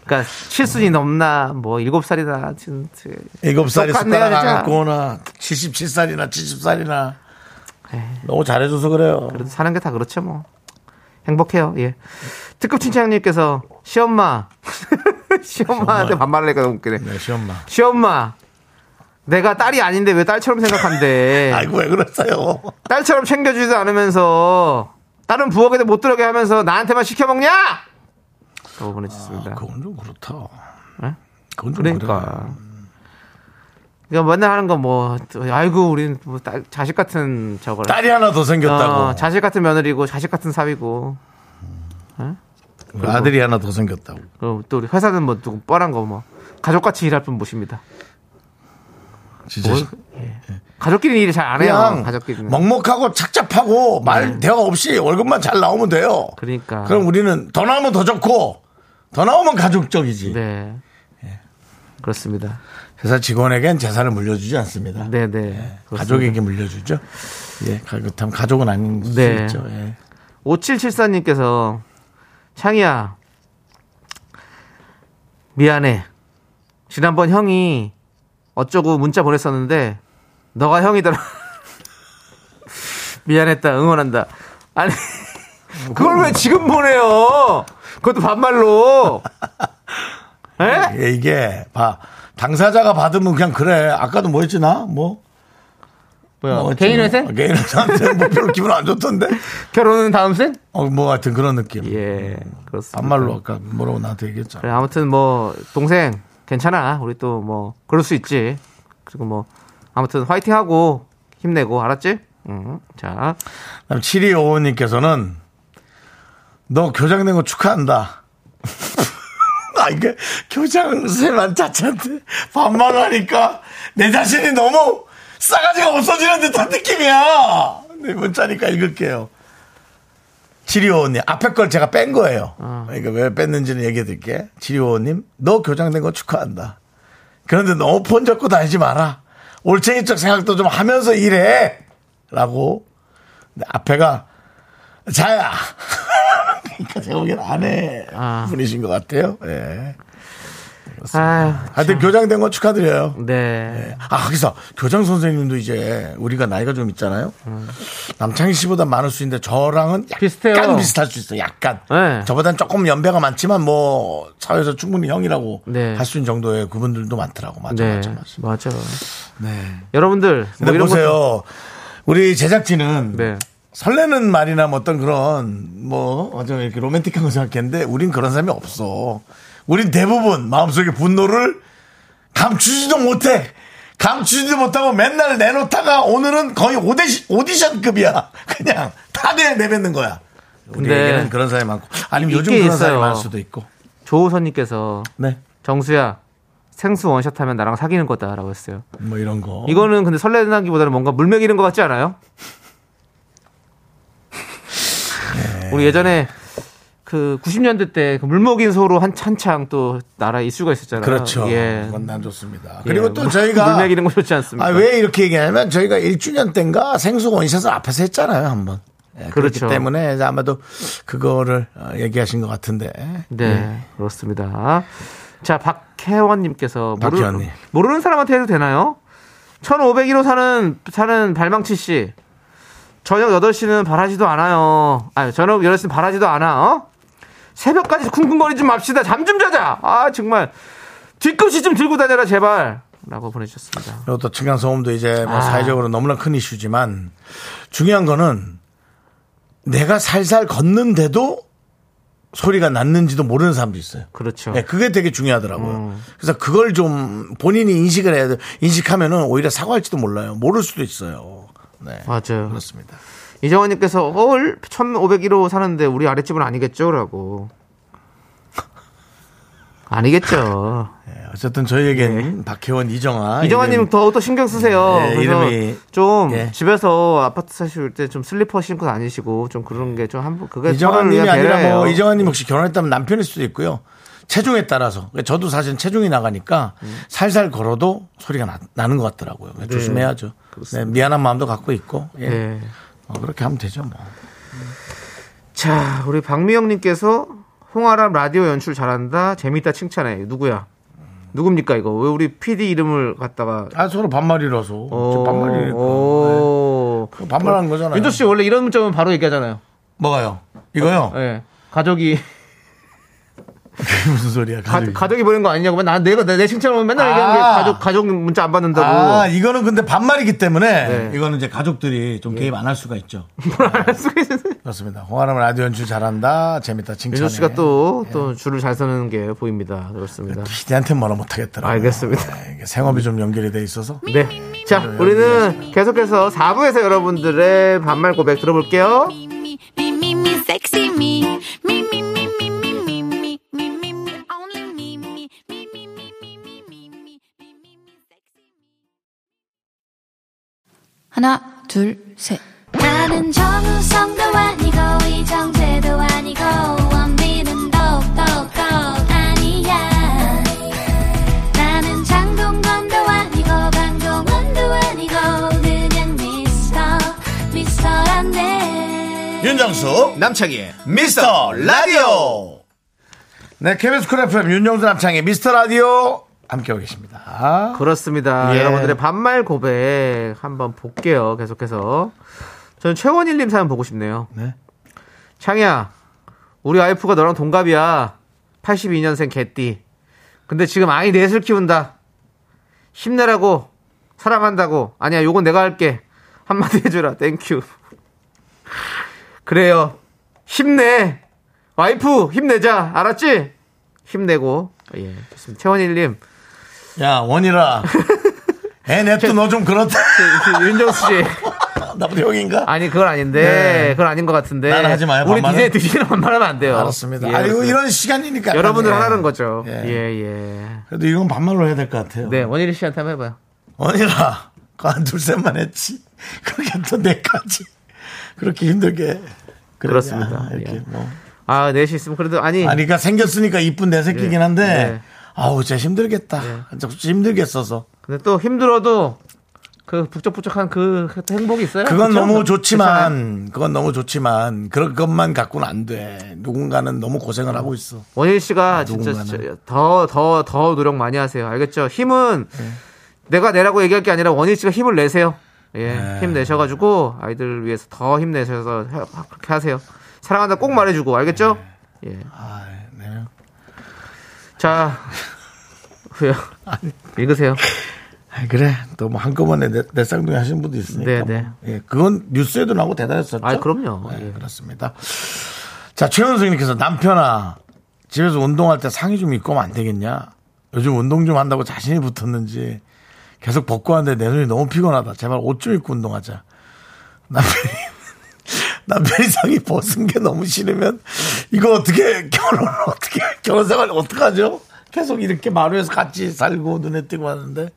그러니까 칠순이 넘나, 그, 뭐, 일곱 살이다. 지금, 지- 일곱 살이 똑같네요, 숟가락 안 진짜. 갖고 오나 77살이나 70살이나 너무 잘해줘서 그래요. 예. 그래도 사는 게 다 그렇죠, 뭐. 행복해요, 예. 특급 칭찬님께서, 시엄마. 시엄마한테 반말을 하니까 너무 웃기네. 네, 시엄마. 시엄마. 내가 딸이 아닌데 왜 딸처럼 생각한대. 네. 아이고 왜 그랬어요? 딸처럼 챙겨주지도 않으면서 딸은 부엌에도 못 들어게 하면서 나한테만 시켜 먹냐? 라고 보내주셨습니다. 아, 그건 좀 그렇다. 네? 그건 좀 그래. 그러니까. 그러니까 맨날 하는 건 뭐, 또, 아이고, 우린 뭐 딸, 자식 같은 저걸. 딸이 하나 더 생겼다고. 어, 자식 같은 며느리고, 자식 같은 사위고. 아들이 하나 더 생겼다고. 그리고 또 우리 회사는 뭐, 또 뻔한 거 뭐. 가족같이 일할 분 모십니다. 진짜. 시- 가족끼리 일을 잘 안 해요. 그냥 어, 가족끼리는. 네. 먹먹하고 착잡하고 말 대화 없이 월급만 잘 나오면 돼요. 그러니까. 그럼 우리는 더 나오면 더 좋고 더 나오면 가족적이지. 네. 예. 그렇습니다. 회사 직원에겐 재산을 물려주지 않습니다. 네네. 그렇습니다. 예. 가족에게 물려주죠. 예, 가- 그렇다면 가족은 아닌 수 네. 있죠. 예. 5774님께서 창이야 미안해 지난번 형이 어쩌고 문자 보냈었는데 너가 형이더라 미안했다 응원한다 아니 뭐, 그걸 왜 지금 보내요 그것도 반말로 에? 예, 이게 봐 당사자가 받으면 그냥 그래. 아까도 뭐였지 나? 뭐 뭐야 뭐였지? 어, 개인회생? 개인회생 뭐 별로 기분 안 좋던데. 결혼은 다음 생? 어, 뭐 하여튼 그런 느낌. 예 그렇습니다 반말로 아까 뭐라고 나한테 얘기했잖아. 그래, 아무튼 뭐 동생 괜찮아 우리 또 뭐 그럴 수 있지 그리고 뭐 아무튼 화이팅하고 힘내고 알았지? 응. 자 그다음 7255님께서는 너 교장된 거 축하한다. 아, 이게 교장 선생님한 자체한테 반말하니까 내 자신이 너무 싸가지가 없어지는 듯한 느낌이야. 네, 문자니까 읽을게요. 7255님, 앞에 걸 제가 뺀 거예요. 그러니까 왜 뺐는지는 얘기해 드릴게. 7255님, 너 교장된 거 축하한다. 그런데 너무 폰 잡고 다니지 마라. 올챙이적 생각도 좀 하면서 일해. 라고 근데 앞에가 자야. 그러니까 제가 보기엔 아내 아. 분이신 것 같아요. 예. 아유 하여튼 교장된 건 축하드려요. 네 아, 거기서 교장 선생님도 이제 우리가 나이가 좀 있잖아요. 남창희 씨보다 많을 수 있는데 저랑은 약간 비슷해요. 비슷할 수 있어요. 약간. 네. 저보단 조금 연배가 많지만 뭐 사회에서 충분히 형이라고 네. 할 수 있는 정도의 그분들도 많더라고. 맞아, 네, 맞아, 맞아. 맞아. 여러분들, 근데 뭐 이런 보세요. 것도- 우리 제작진은 네. 설레는 말이나 뭐 어떤 그런 뭐 어쩌면 이렇게 로맨틱한 거 생각했는데 우린 그런 사람이 없어. 우린 대부분 마음속에 분노를 감추지도 못해. 감추지도 못하고 맨날 내놓다가 오늘은 거의 오디션, 오디션급이야. 그냥 다 그냥 내뱉는 거야. 우리에게는 그런 사람이 많고 아니면 요즘 있긴 그런 사람이 있어요. 많을 수도 있고. 조우선님께서 네. 정수야 생수 원샷 하면 나랑 사귀는 거다라고 했어요. 뭐 이런 거. 이거는 근데 설레기보다는 뭔가 물먹이는 것 같지 않아요? 우리 예전에 그 90년대 때 그 물먹인 소로 한, 한창 또 나라에 이슈가 있었잖아요. 그렇죠. 예. 그건 난 좋습니다. 예, 그리고 또 물- 저희가 물먹이는 거 좋지 않습니까? 아, 왜 이렇게 얘기하냐면 저희가 1주년 때인가 생수 원샷을 앞에서 했잖아요, 한 번. 예, 그렇기 그렇죠. 때문에 이제 아마도 그거를 어, 얘기하신 것 같은데. 예. 네, 그렇습니다. 자, 박혜원님께서 모르는, 박혜원님. 모르는 사람한테 해도 되나요? 1501호 사는, 사는 발망치 씨. 저녁 8시는 바라지도 않아요. 아니, 저녁 8시는 바라지도 않아, 어? 새벽까지 쿵쿵거리지 맙시다. 잠 좀 자자! 아, 정말. 뒤꿈치 좀 들고 다녀라, 제발. 라고 보내주셨습니다. 그리고 또 층간소음도 이제 뭐 아. 사회적으로 너무나 큰 이슈지만 중요한 거는 내가 살살 걷는데도 소리가 났는지도 모르는 사람도 있어요. 그렇죠. 음. 네, 그게 되게 중요하더라고요. 그래서 그걸 좀 본인이 인식을 해야 돼. 인식하면은 오히려 사과할지도 몰라요. 모를 수도 있어요. 네. 맞아요. 그렇습니다. 이정원님께서, 어울, 1501호 사는데 우리 아랫집은 아니겠죠? 라고. 아니겠죠. 네, 어쨌든 저희에겐 박혜원, 이정아. 네. 이정환님 이름- 더 또 신경 쓰세요. 네, 그래서 이름이- 좀 예. 집에서 아파트 사실 때 좀 슬리퍼 신고 다니시고 좀 그런 게 좀 한번 그게 서로를 이정아님이 위한 아니라 뭐 배려예요. 네. 이정아님 혹시 결혼했다면 남편일 수도 있고요. 체중에 따라서 그러니까 저도 사실 체중이 나가니까 음. 살살 걸어도 소리가 나, 는것 같더라고요. 조심해야죠. 네, 미안한 마음도 갖고 있고 예. 네. 어, 그렇게 하면 되죠. 뭐. 자, 우리 박미영님께서 홍아람 라디오 연출 잘한다. 재밌다 칭찬해. 누구야? 누굽니까 이거? 왜 우리 PD 이름을 갖다가 아 서로 반말이라서 어. 저 반말이니까 오. 네. 반말하는 거잖아요. 윤조 어. 씨 원래 이런 문자면 바로 얘기하잖아요. 뭐가요? 이거요? 예. 가족이 무슨 소리야? 가, 가족이. 족이 보낸 거 아니냐고 나 내가 내 칭찬을 맨날 네. 아. 얘기하는 게 가족 가족 문자 안 받는다고. 아 이거는 근데 반말이기 때문에 네. 예. 이거는 이제 가족들이 좀 개입 안 할 수가 있죠. 윤조 그렇습니다. 홍아람 라디오 연출 잘한다. 재밌다. 칭찬해. 씨가 또 예. 또 줄을 잘 서는 게 보입니다. 그렇습니다. PD한테 뭐라 못하겠더라. 알겠습니다. 이게 생업이 좀 연결이 돼 있어서 네. 자, 우리는 계속해서 4부에서 여러분들의 반말 고백 들어볼게요. Me, me, me, me, me, sexy me. Me, me, me, me, me, me, me, me, me, me, only me, me, me, me, me, me, me, me, me, me, me, me, sexy me. 하나, 둘, 셋. 나는 정우성도 아니고 이정재도 아니고 원빈은 더욱더 아니야 나는 장동건도 아니고 강동원도 아니고 그냥 미스터 미스터란데 윤정수 남창희의 미스터 라디오 네 KBS 쿨 FM 윤정수 남창의 미스터 라디오 함께하고 계십니다. 그렇습니다. 예. 여러분들의 반말 고백 한번 볼게요. 계속해서. 저는 최원일님 사연 보고 싶네요. 네. 창희야, 우리 와이프가 너랑 동갑이야. 82년생 개띠. 근데 지금 아이 넷을 키운다. 힘내라고, 사랑한다고. 아니야, 요건 내가 할게. 한마디 해줘라. 땡큐. 그래요. 힘내. 와이프, 힘내자. 알았지? 힘내고. 예. 좋습니다. 최원일님. 야 원이라 애 냅도 너 좀 그렇다. 그 윤정수 씨. 나보다 형인가? 아니, 그건 아닌데. 네. 그건 아닌 것 같은데. 나는 하지 마요, 우리 반말은. 디제이 드시는 반말하면 안 돼요. 알았습니다. 예, 아이고 그렇습니다. 이런 시간이니까 여러분들 예. 하라는 거죠. 예. 예, 예. 그래도 이건 반말로 해야 될 것 같아요. 네, 원일이 씨한테 한번 해봐요. 원이라 그한둘 셋만 했지. 그렇게 또 내까지 그렇게 힘들게 그러냐. 그렇습니다. 이렇게 예. 뭐. 아, 넷이 있으면 그래도, 아니. 아니, 그러니까 생겼으니까 이쁜 내 새끼긴 한데, 예. 아우, 진짜 힘들겠다. 진짜 힘들겠어서. 근데 또 힘들어도 그 북적북적한 그 행복이 있어요. 그건 그렇죠? 너무 괜찮아요. 좋지만, 그건 너무 좋지만, 그런 것만 갖고는 안 돼. 누군가는 너무 고생을 하고 있어. 원일 씨가 진짜 누군가는. 더더더 더, 더 노력 많이 하세요. 알겠죠? 힘은 내가 내라고 얘기할 게 아니라 원일 씨가 힘을 내세요. 예, 힘 내셔가지고 아이들 위해서 더 힘내셔서 하- 그렇게 하세요. 사랑한다 꼭 말해주고 알겠죠? 예. 아, 네. 자, 왜요? 읽으세요. 아, 그래. 또 뭐 한꺼번에 내, 내 쌍둥이 하시는 분도 있으니까. 네, 네. 뭐. 예, 그건 뉴스에도 나오고 대단했었죠. 아, 그럼요. 네, 예. 그렇습니다. 자, 최현승님께서 남편아, 집에서 운동할 때 상의 좀 입고 하면 안 되겠냐? 요즘 운동 좀 한다고 자신이 붙었는지 계속 벗고 하는데 내 눈이 너무 피곤하다. 제발 옷 좀 입고 운동하자. 남편이, 남편이 상의 벗은 게 너무 싫으면 이거 어떻게 결혼을 어떻게, 결혼 생활 어떡하죠? 계속 이렇게 마루에서 같이 살고 눈에 띄고 하는데.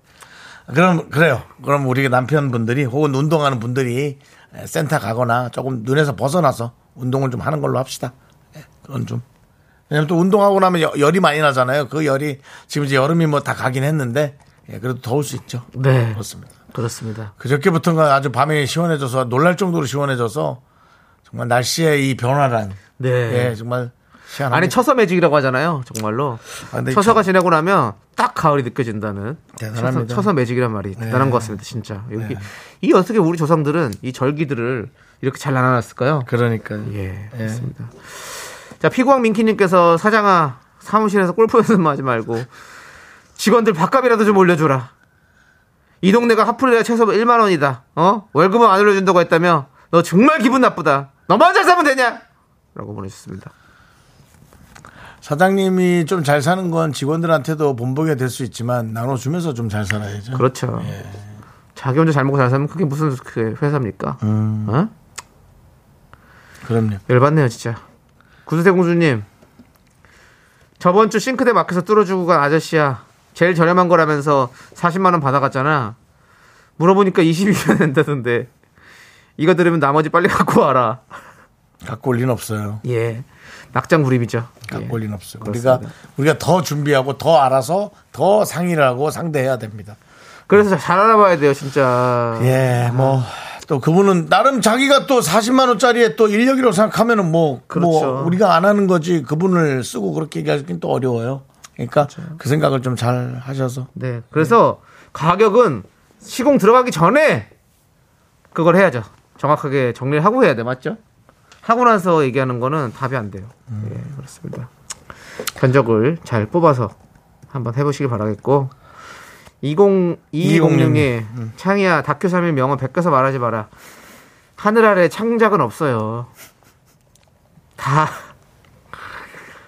그럼 그래요. 그럼 우리 남편분들이 혹은 운동하는 분들이 에, 센터 가거나 조금 눈에서 벗어나서 운동을 좀 하는 걸로 합시다. 예, 그건 좀. 왜냐면 또 운동하고 나면 여- 열이 많이 나잖아요. 그 열이 지금 이제 여름이 뭐 다 가긴 했는데 예, 그래도 더울 수 있죠. 네, 그렇습니다. 그렇습니다. 그저께부터가 아주 밤이 시원해져서 놀랄 정도로 시원해져서 정말 날씨의 이 변화란 네. 예, 정말 희한합니다. 아니 처서 매직이라고 하잖아요. 정말로 아, 근데 이 처서가 지나고 나면 딱 가을이 느껴진다는 대단합니다. 네. 처서, 처서 매직이란 말이 대단한 것 같습니다. 진짜 여기 이 어떻게 우리 조상들은 이 절기들을 이렇게 잘 나눠놨을까요? 그러니까요. 예, 그렇습니다. 자 피구왕 민키님께서 사장아 사무실에서 골프 연습하지 말고 직원들 밥값이라도 좀 올려줘라. 이 동네가 하프리라 최소 1만 원이다. 어 월급은 안 올려준다고 했다며 너 정말 기분 나쁘다. 너만 잘 사면 되냐? 라고 보내주셨습니다. 사장님이 좀 잘 사는 건 직원들한테도 본보기가 될 수 있지만 나눠주면서 좀 잘 살아야죠. 그렇죠. 예. 자기 혼자 잘 먹고 잘 살면 그게 무슨 그 회사입니까? 음. 어? 그럼요. 열받네요, 진짜. 구수대 공주님. 저번 주 싱크대 막혀서 뚫어주고 간 아저씨야. 제일 저렴한 거라면서 40만원 받아갔잖아. 물어보니까 22만 원 된다던데. 이거 들으면 나머지 빨리 갖고 와라. 갖고 올 리는 없어요. 예. 막장 불입이죠. 갖고 예. 올 리는 없어요. 그렇습니다. 우리가 우리가 더 준비하고 더 알아서 더 상의를 하고 상대해야 됩니다. 그래서 잘 알아봐야 돼요, 진짜. 예, 뭐 또 그분은 나름 자기가 또 40만 원짜리에 또 인력이라고 생각하면은 뭐, 뭐 그렇죠. 우리가 안 하는 거지 그분을 쓰고 그렇게 얘기하기는 또 어려워요. 그러니까 그렇죠. 그 생각을 좀 잘 하셔서 네. 그래서 가격은 시공 들어가기 전에 그걸 해야죠. 정확하게 정리를 하고 해야 돼. 맞죠? 하고 나서 얘기하는 거는 답이 안 돼요. 예, 그렇습니다. 견적을 잘 뽑아서 한번 해보시길 바라겠고. 202206님 창이야 다큐 3일 명언 벗겨서 말하지 마라. 하늘 아래 창작은 없어요. 다,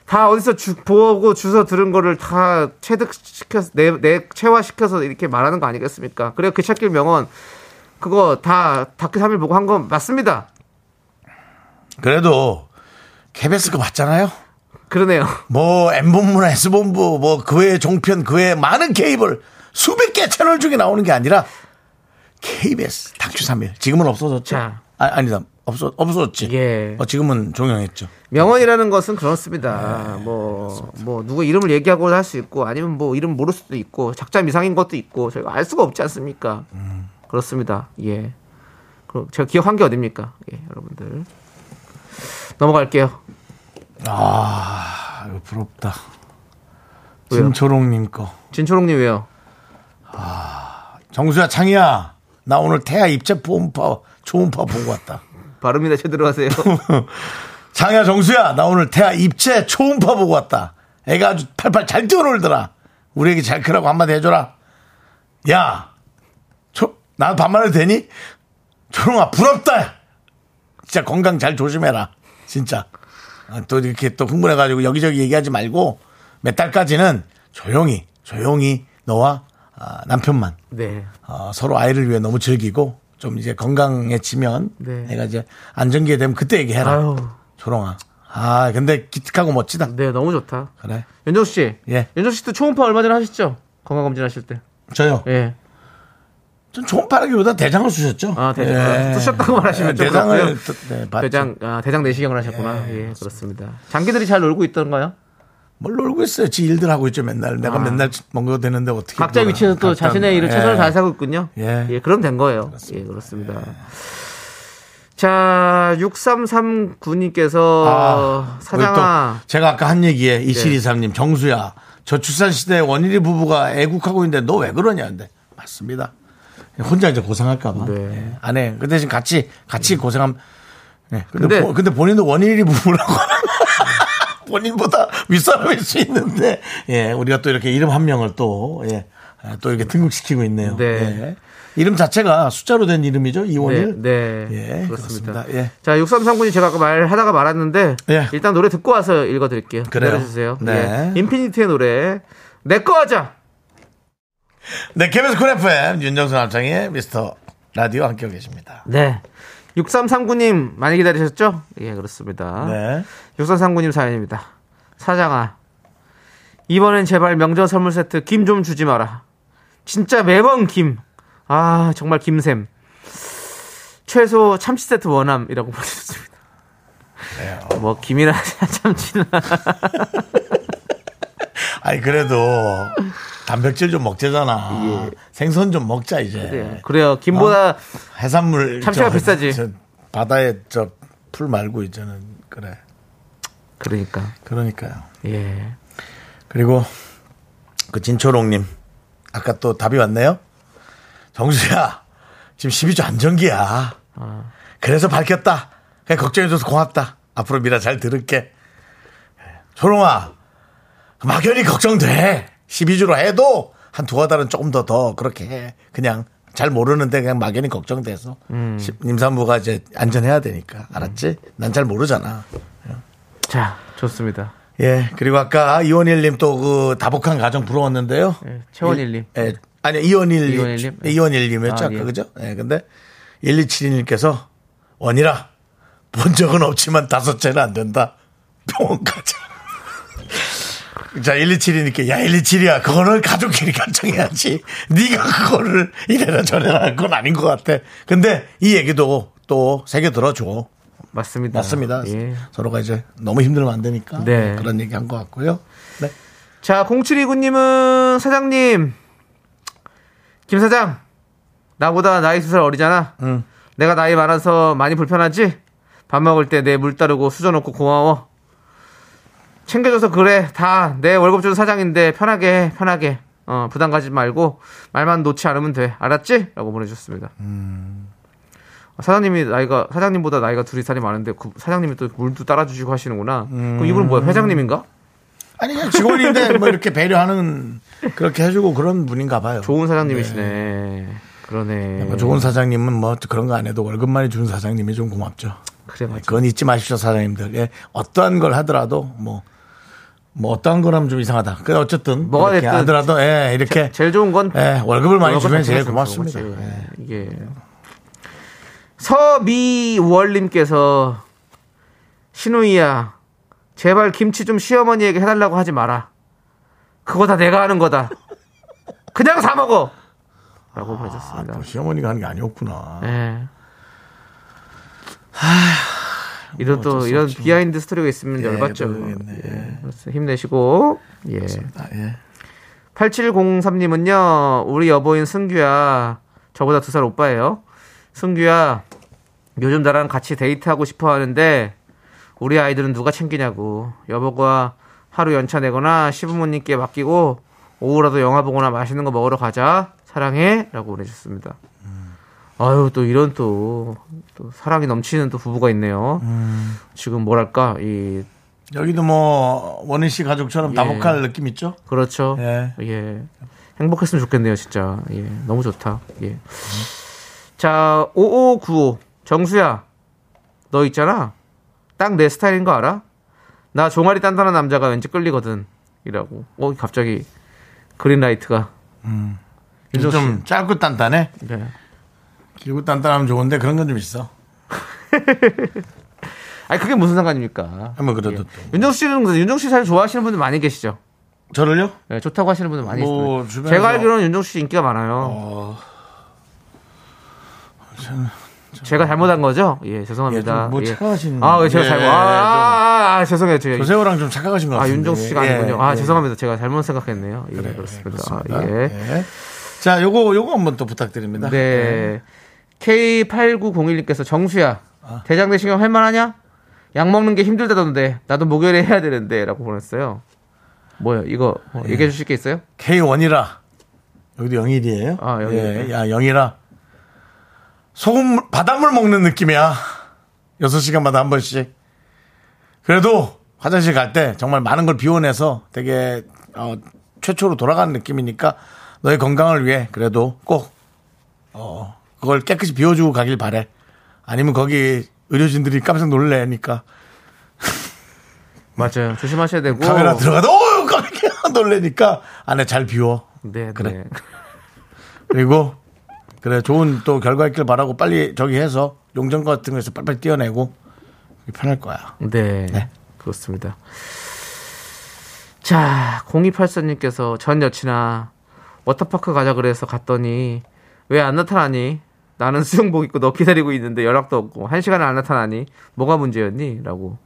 다 어디서 주, 보고 주워 들은 거를 다 체득시켜서, 내, 내, 체화시켜서 이렇게 말하는 거 아니겠습니까? 그래요. 그 찾길 명언. 그거 다 다큐 3일 보고 한 건 맞습니다. 그래도 KBS 거 봤잖아요. 그러네요. 뭐 M본부나 S본부 뭐 그 외의 종편 그 외의 많은 케이블 수백 개 채널 중에 나오는 게 아니라 KBS 당초 3일 지금은 없어졌죠. 자. 아, 아니다. 없어 없어졌지. 예. 어, 지금은 종영했죠. 명언이라는 것은 그렇습니다. 뭐, 뭐, 누구 이름을 얘기하고 할 수 있고, 아니면 뭐, 이름 모를 수도 있고, 작자 미상인 것도 있고, 저희가 알 수가 없지 않습니까? 그렇습니다. 예. 그럼 제가 기억한 게 어딥니까? 예, 여러분들. 넘어갈게요. 아, 이거 부럽다. 왜요? 김초롱님 거. 진초롱님 왜요? 정수야 창이야. 나 오늘 태아 입체 초음파 초음파 보고 왔다. 발음이나 제대로 하세요. 장야 정수야 나 오늘 태아 입체 초음파 보고 왔다 애가 아주 팔팔 잘 뛰어놀더라 우리 애기 잘 크라고 한마디 해줘라 야 초, 나 반말해도 되니? 초롱아 부럽다 진짜 건강 잘 조심해라 진짜 아, 또 이렇게 또 흥분해가지고 여기저기 얘기하지 말고 몇 달까지는 조용히 조용히 너와 아, 남편만 네. 어, 서로 아이를 위해 너무 즐기고 좀 이제 건강해지면 네. 내가 이제 안정기에 되면 그때 얘기해라. 아유. 조롱아. 아 근데 기특하고 멋지다. 네, 너무 좋다. 그래. 윤정수 씨. 예. 윤정수 씨도 초음파 얼마 전에 하셨죠? 건강검진 하실 때. 저요. 예. 좀 좋은 빠르기보다 대장을 쑤셨죠? 예. 아, 대장. 아, 쑤셨다고 말하시면 좀 대장을 그렇고요. 또- 네, 봤죠. 대장, 아, 대장 내시경을 하셨구나. 예, 그렇습니다. 장기들이 잘 놀고 있던가요? 뭘 놀고 있어요. 지 일들 하고 있죠 맨날. 내가 맨날 뭔가 되는데 어떻게. 각자 놀아. 아. 위치에서 또 각자- 자신의 일을 예. 최선을 다해서 하고 있군요. 예. 예. 그럼 된 거예요. 예, 그렇습니다. 자, 6339님께서 아, 사장아. 우리 또 제가 아까 한 얘기에 네. 2723님 정수야 저출산 시대에 원일이 부부가 애국하고 있는데 너 왜 그러냐 근데 맞습니다 혼자 이제 고생할까봐 네. 음. 예, 안 해. 그 대신 같이 같이 고생함 예, 근데 근데- 보- 근데 본인도 원일이 부부라고 하는 본인보다 윗사람일 수 있는데 예 우리가 또 이렇게 이름 한 명을 또예또 이렇게 등극시키고 있네요 네. 예. 이름 자체가 숫자로 된 이름이죠 이원일 네, 네. 예, 그렇습니다. 그렇습니다. 예. 자, 6339님 제가 아까 말하다가 말았는데 예. 일단 노래 듣고 와서 읽어 드릴게요. 그래요. 기다려 주세요. 네. 예. 인피니트의 노래 내 거 하자. 네, KBS 쿨 FM 윤정수 남창의 미스터 라디오 함께 계십니다. 네. 6339님 많이 기다리셨죠? 예, 그렇습니다. 네. 육선상구님 사연입니다. 사장아, 이번엔 제발 명절 선물 세트 김 좀 주지 마라. 진짜 매번 김. 아, 정말 김샘. 최소 참치 세트 원함이라고 보내주셨습니다. 뭐, 김이나 참치나. 아니 그래도 단백질 좀 먹자잖아. 생선 좀 먹자 이제. 네, 예. 그래요. 김보다 해산물 참치가 저- 비싸지. 저 바다에 저 풀 말고 이제는 그래. 그러니까. 그러니까요. 예. 그리고 그 진초롱님 아까 또 답이 왔네요. 정수야 지금 12주 안정기야. 그래서 밝혔다. 그냥 걱정해줘서 고맙다. 앞으로 미라 잘 들을게. 초롱아 막연히 걱정돼. 12주로 해도 한 두어 달은 조금 더 더 그렇게 해. 그냥 잘 모르는데 그냥 막연히 걱정돼서 시- 임산부가 이제 안전해야 되니까 알았지? 난 잘 모르잖아. 자, 좋습니다. 예, 그리고 아까 이원일님 또 그 다복한 가정 부러웠는데요. 예, 최원일님. 예, 아니요, 이원일, 이원일님? 예, 이원일님이었죠, 아, 아까 예. 그죠? 예, 근데 1272님께서 원이라 본 적은 없지만 다섯째는 안 된다. 병원 가자. 자, 1272님께, 야, 127이야. 그거는 가족끼리 결정해야지. 네가 그거를 이래라 저래라 할 건 아닌 것 같아. 근데 이 얘기도 또 새겨 들어줘. 맞습니다. 네. 맞습니다. 예. 서로가 이제 너무 힘들면 안 되니까 네. 그런 얘기 한 것 같고요. 네. 자, 0729님은 사장님, 김 사장, 나보다 나이 두 살 어리잖아. 내가 나이 많아서 많이 불편하지? 밥 먹을 때 내 물 따르고 수저 놓고 고마워. 챙겨줘서 그래. 다 내 월급 주는 사장인데 편하게 해, 편하게. 어, 부담 가지 말고 말만 놓지 않으면 돼. 알았지? 라고 보내주셨습니다. 사장님이 나이가 사장님보다 나이가 둘이 살이 많은데 그 사장님이 또 물도 따라주시고 하시는구나. 그럼 이분 뭐야? 회장님인가? 아니 그냥 직원인데 뭐 이렇게 배려하는 그렇게 해주고 그런 분인가 봐요. 좋은 사장님이시네. 그러네. 뭐 좋은 사장님은 뭐 그런 거 안 해도 월급 많이 주는 사장님이 좀 고맙죠. 예, 그래 맞아. 그건 잊지 마십시오, 사장님들. 예. 어떠한 걸 하더라도 뭐, 뭐 어떠한 걸 하면 좀 이상하다. 그 어쨌든 뭐가 이렇게 됐든 하더라도 예, 이렇게 제일 좋은 건 예, 월급을 많이 월급 주면 제일 자체가 네. 고맙습니다. 좋은 거지. 예. 그렇죠. 이게 서미월님께서 신우이야 제발 김치 좀 시어머니에게 해달라고 하지 마라. 그거 다 내가 하는 거다. 그냥 사 먹어. 라고 보내셨습니다. 아, 또뭐 시어머니가 하는 게 아니었구나. 예. 뭐 이런 또 이런 비하인드 스토리가 있으면 열받죠. 예, 모르겠네. 예. 그래서 힘내시고 예. 아, 예. 8703님은요, 우리 여보인 승규야, 저보다 두 살 오빠예요. 승규야, 요즘 나랑 같이 데이트하고 싶어 하는데, 우리 아이들은 누가 챙기냐고. 여보가 하루 연차 내거나 시부모님께 맡기고, 오후라도 영화 보거나 맛있는 거 먹으러 가자. 사랑해. 라고 보내주셨습니다. 아유, 또 이런 또, 또 사랑이 넘치는 또 부부가 있네요. 지금 뭐랄까, 이, 여기도 뭐 원희 씨 가족처럼 예. 다복할 느낌 있죠? 그렇죠. 예. 예. 행복했으면 좋겠네요, 진짜. 예. 너무 좋다. 예. 자, 5595. 정수야. 너 있잖아. 딱 내 스타일인 거 알아? 나 종아리 단단한 남자가 왠지 끌리거든. 이라고. 어, 갑자기 그린라이트가. 요즘 좀 짧고 단단해. 네. 길고 단단하면 좋은데 그런 건 좀 있어. 아니, 그게 무슨 상관입니까? 한번 그래도 예. 또 윤정수 씨는, 근데 윤정수 씨 사실 좋아하시는 분들 많이 계시죠? 저를요? 예, 좋다고 하시는 분들 많이 뭐, 있어요. 주변에서- 제가 알기로는 윤정수 씨 인기가 많아요. 어, 제가 잘못한 거죠? 예, 죄송합니다. 예, 좀뭐 예. 착각하시는- 아, 왜 제가 예, 잘못. 아, 아, 아, 아, 죄송해요. 제가 조세호랑 예. 그 좀 착각하신 것 아, 같은데. 윤정수 씨가 예, 아니군요. 아, 예. 죄송합니다. 제가 잘못 생각했네요. 예, 그래요. 그렇습니다. 그렇습니다. 아, 예. 예. 자, 요거 요거 한번 또 부탁드립니다. 예. 네. K8901님께서 정수야, 아. 대장 내시경 할만하냐? 약 먹는 게 힘들다던데, 나도 목요일에 해야 되는데, 라고 보냈어요. 뭐요? 이거 뭐 예. 얘기해 주실 게 있어요? K1이라 여기도 영일이에요. 아, 영일이네. 예, 야 영일아 소금 바닷물 먹는 느낌이야. 6 시간마다 한 번씩. 그래도 화장실 갈 때 정말 많은 걸 비워내서 되게 어, 최초로 돌아가는 느낌이니까 너의 건강을 위해 그래도 꼭 어, 그걸 깨끗이 비워주고 가길 바래. 아니면 거기 의료진들이 깜짝 놀래니까 맞아요. 조심하셔야 되고. 카메라 들어가도 어우 깜짝 놀래니까 안에 잘 비워. 네, 그래. 네. 그리고 그래 좋은 또 결과 있길 바라고 빨리 저기 해서 용전 같은 거에서 빨리빨리 띄어내고 편할 거야. 네. 네. 그렇습니다. 자, 0284님께서 전 여친아, 워터파크 가자 그래서 갔더니 왜 안 나타나니? 나는 수영복 입고 너 기다리고 있는데 연락도 없고 한 시간을 안 나타나니 뭐가 문제였니? 라고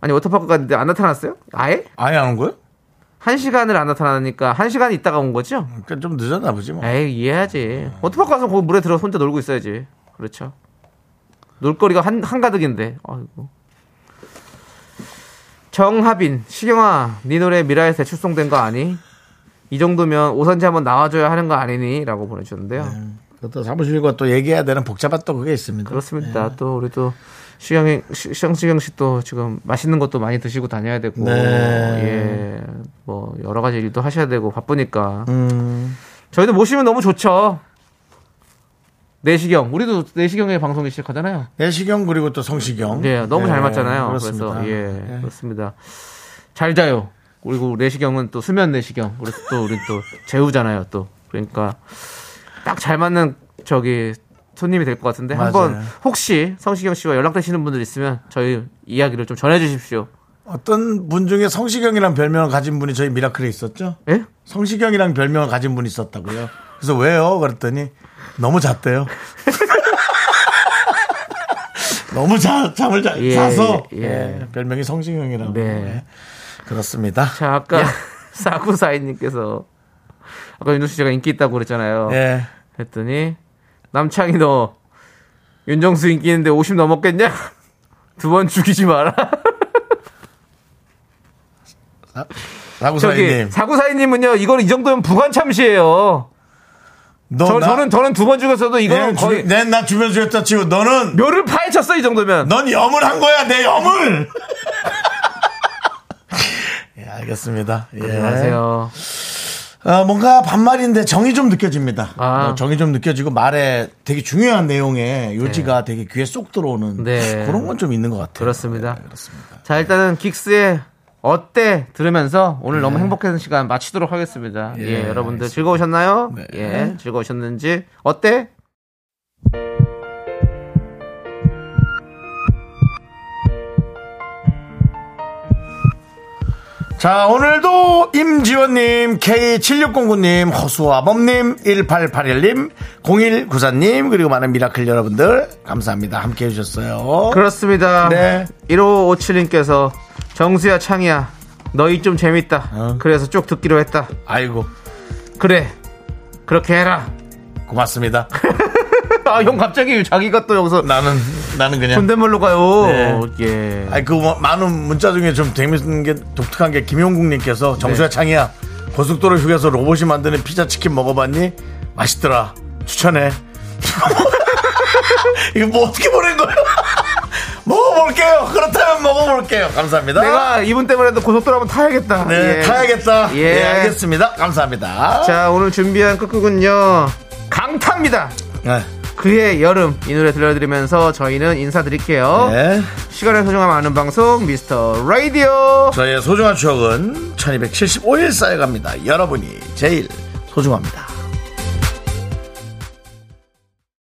아니 워터파크 갔는데 안 나타났어요? 아예? 아예 안 온 거요? 한 시간을 안 나타나니까 한 시간 있다가 온 거죠? 그러니까 좀 늦었나 보지 뭐. 에이 이해하지 워터파크 가서 거기 물에 들어 서 혼자 놀고 있어야지 그렇죠 놀거리가 한, 한가득인데 아이고 정하빈 시경아 네 노래 미라에서 출송된 거 아니? 이 정도면 오선지 한번 나와줘야 하는 거 아니니? 라고 보내주셨는데요 그것도 사무실과 또 얘기해야 되는 복잡한 또 그게 있습니다. 그렇습니다 또 우리 또 시경이 시- 시경 시경 씨 또 지금 맛있는 것도 많이 드시고 다녀야 되고 예. 네. 예뭐 여러 가지 일도 하셔야 되고 바쁘니까 음, 저희도 모시면 너무 좋죠. 내시경 우리도 내시경의 방송이 시작하잖아요. 내시경 그리고 또 성시경. 네, 너무 잘 예, 맞잖아요. 그래서 그렇습니다. 예, 예. 그렇습니다. 잘 자요. 그리고 내시경은 또 수면 내시경. 그래서 또 우리 또 재우잖아요. 또 그러니까 딱 잘 맞는 저기 손님이 될 것 같은데 한번 맞아요. 혹시 성시경 씨와 연락되시는 분들 있으면 저희 이야기를 좀 전해주십시오. 어떤 분 중에 성시경이란 별명을 가진 분이 저희 미라클에 있었죠? 예? 성시경이란 별명을 가진 분이 있었다고요. 그래서 왜요? 그랬더니 너무 잤대요. 너무 자, 잠을 잘 예, 자서 예, 예, 예. 별명이 성시경이라고 네. 예, 그렇습니다. 자, 예. 아까 사구사인님께서 아까 윤정수 씨가 인기 있다고 그랬잖아요. 예. 했더니 남창이 너 윤정수 인기 있는데 50 넘었겠냐? 두 번 죽이지 마라. 저기 사구사님, 사구사인님은요, 이걸 이 정도면 부관참시예요. 너 저, 나- 저는 저는 두 번 네, 죽였어도 내 이거는 주- 거의 내나 주변 주였다 치고 너는 묘를 파헤쳤어 이 정도면. 넌 염을 한 거야 내 염을. 예, 알겠습니다. 예. 네. 안녕하세요. 아, 뭔가 반말인데 정이 좀 느껴집니다. 아. 어, 정이 좀 느껴지고 말에 되게 중요한 내용의 요지가 되게 귀에 쏙 들어오는 네. 그런 건 좀 있는 것 같아요. 그렇습니다. 자, 일단은 긱스의 어때 들으면서 오늘 너무 행복한 시간 마치도록 하겠습니다. 네. 예, 여러분들 즐거우셨나요? 예, 즐거우셨는지 어때? 자, 오늘도 임지원님, K7609님, 허수아범님, 1881님, 0194님, 그리고 많은 미라클 여러분들, 감사합니다. 함께 해주셨어요. 그렇습니다. 네. 1557님께서 정수야 창이야 너희 좀 재밌다. 어. 그래서 쭉 듣기로 했다. 아이고, 그래. 그렇게 해라. 고맙습니다. 아, 형 갑자기 자기가 또 여기서 나는, 나는 그냥. 존댓말로 가요. 네. 예. 아니, 그 뭐, 많은 문자 중에 좀 재밌는 게, 독특한 게, 네. 김용국님께서, 정수야 창이야, 고속도로 휴게소 로봇이 만드는 피자 치킨 먹어봤니? 맛있더라. 추천해. 이거 뭐 어떻게 보낸 거예요? 먹어볼게요. 그렇다면 먹어볼게요. 감사합니다. 내가 이분 때문에도 고속도로 한번 타야겠다. 네, 예. 타야겠다. 예. 예. 알겠습니다. 감사합니다. 자, 오늘 준비한 끝곡은요. 강타입니다. 네. 그의 여름 이 노래 들려드리면서 저희는 인사드릴게요. 네. 시간의 소중함 아는 방송 미스터 라디오. 저의 소중한 추억은 1275일 쌓여갑니다. 여러분이 제일 소중합니다.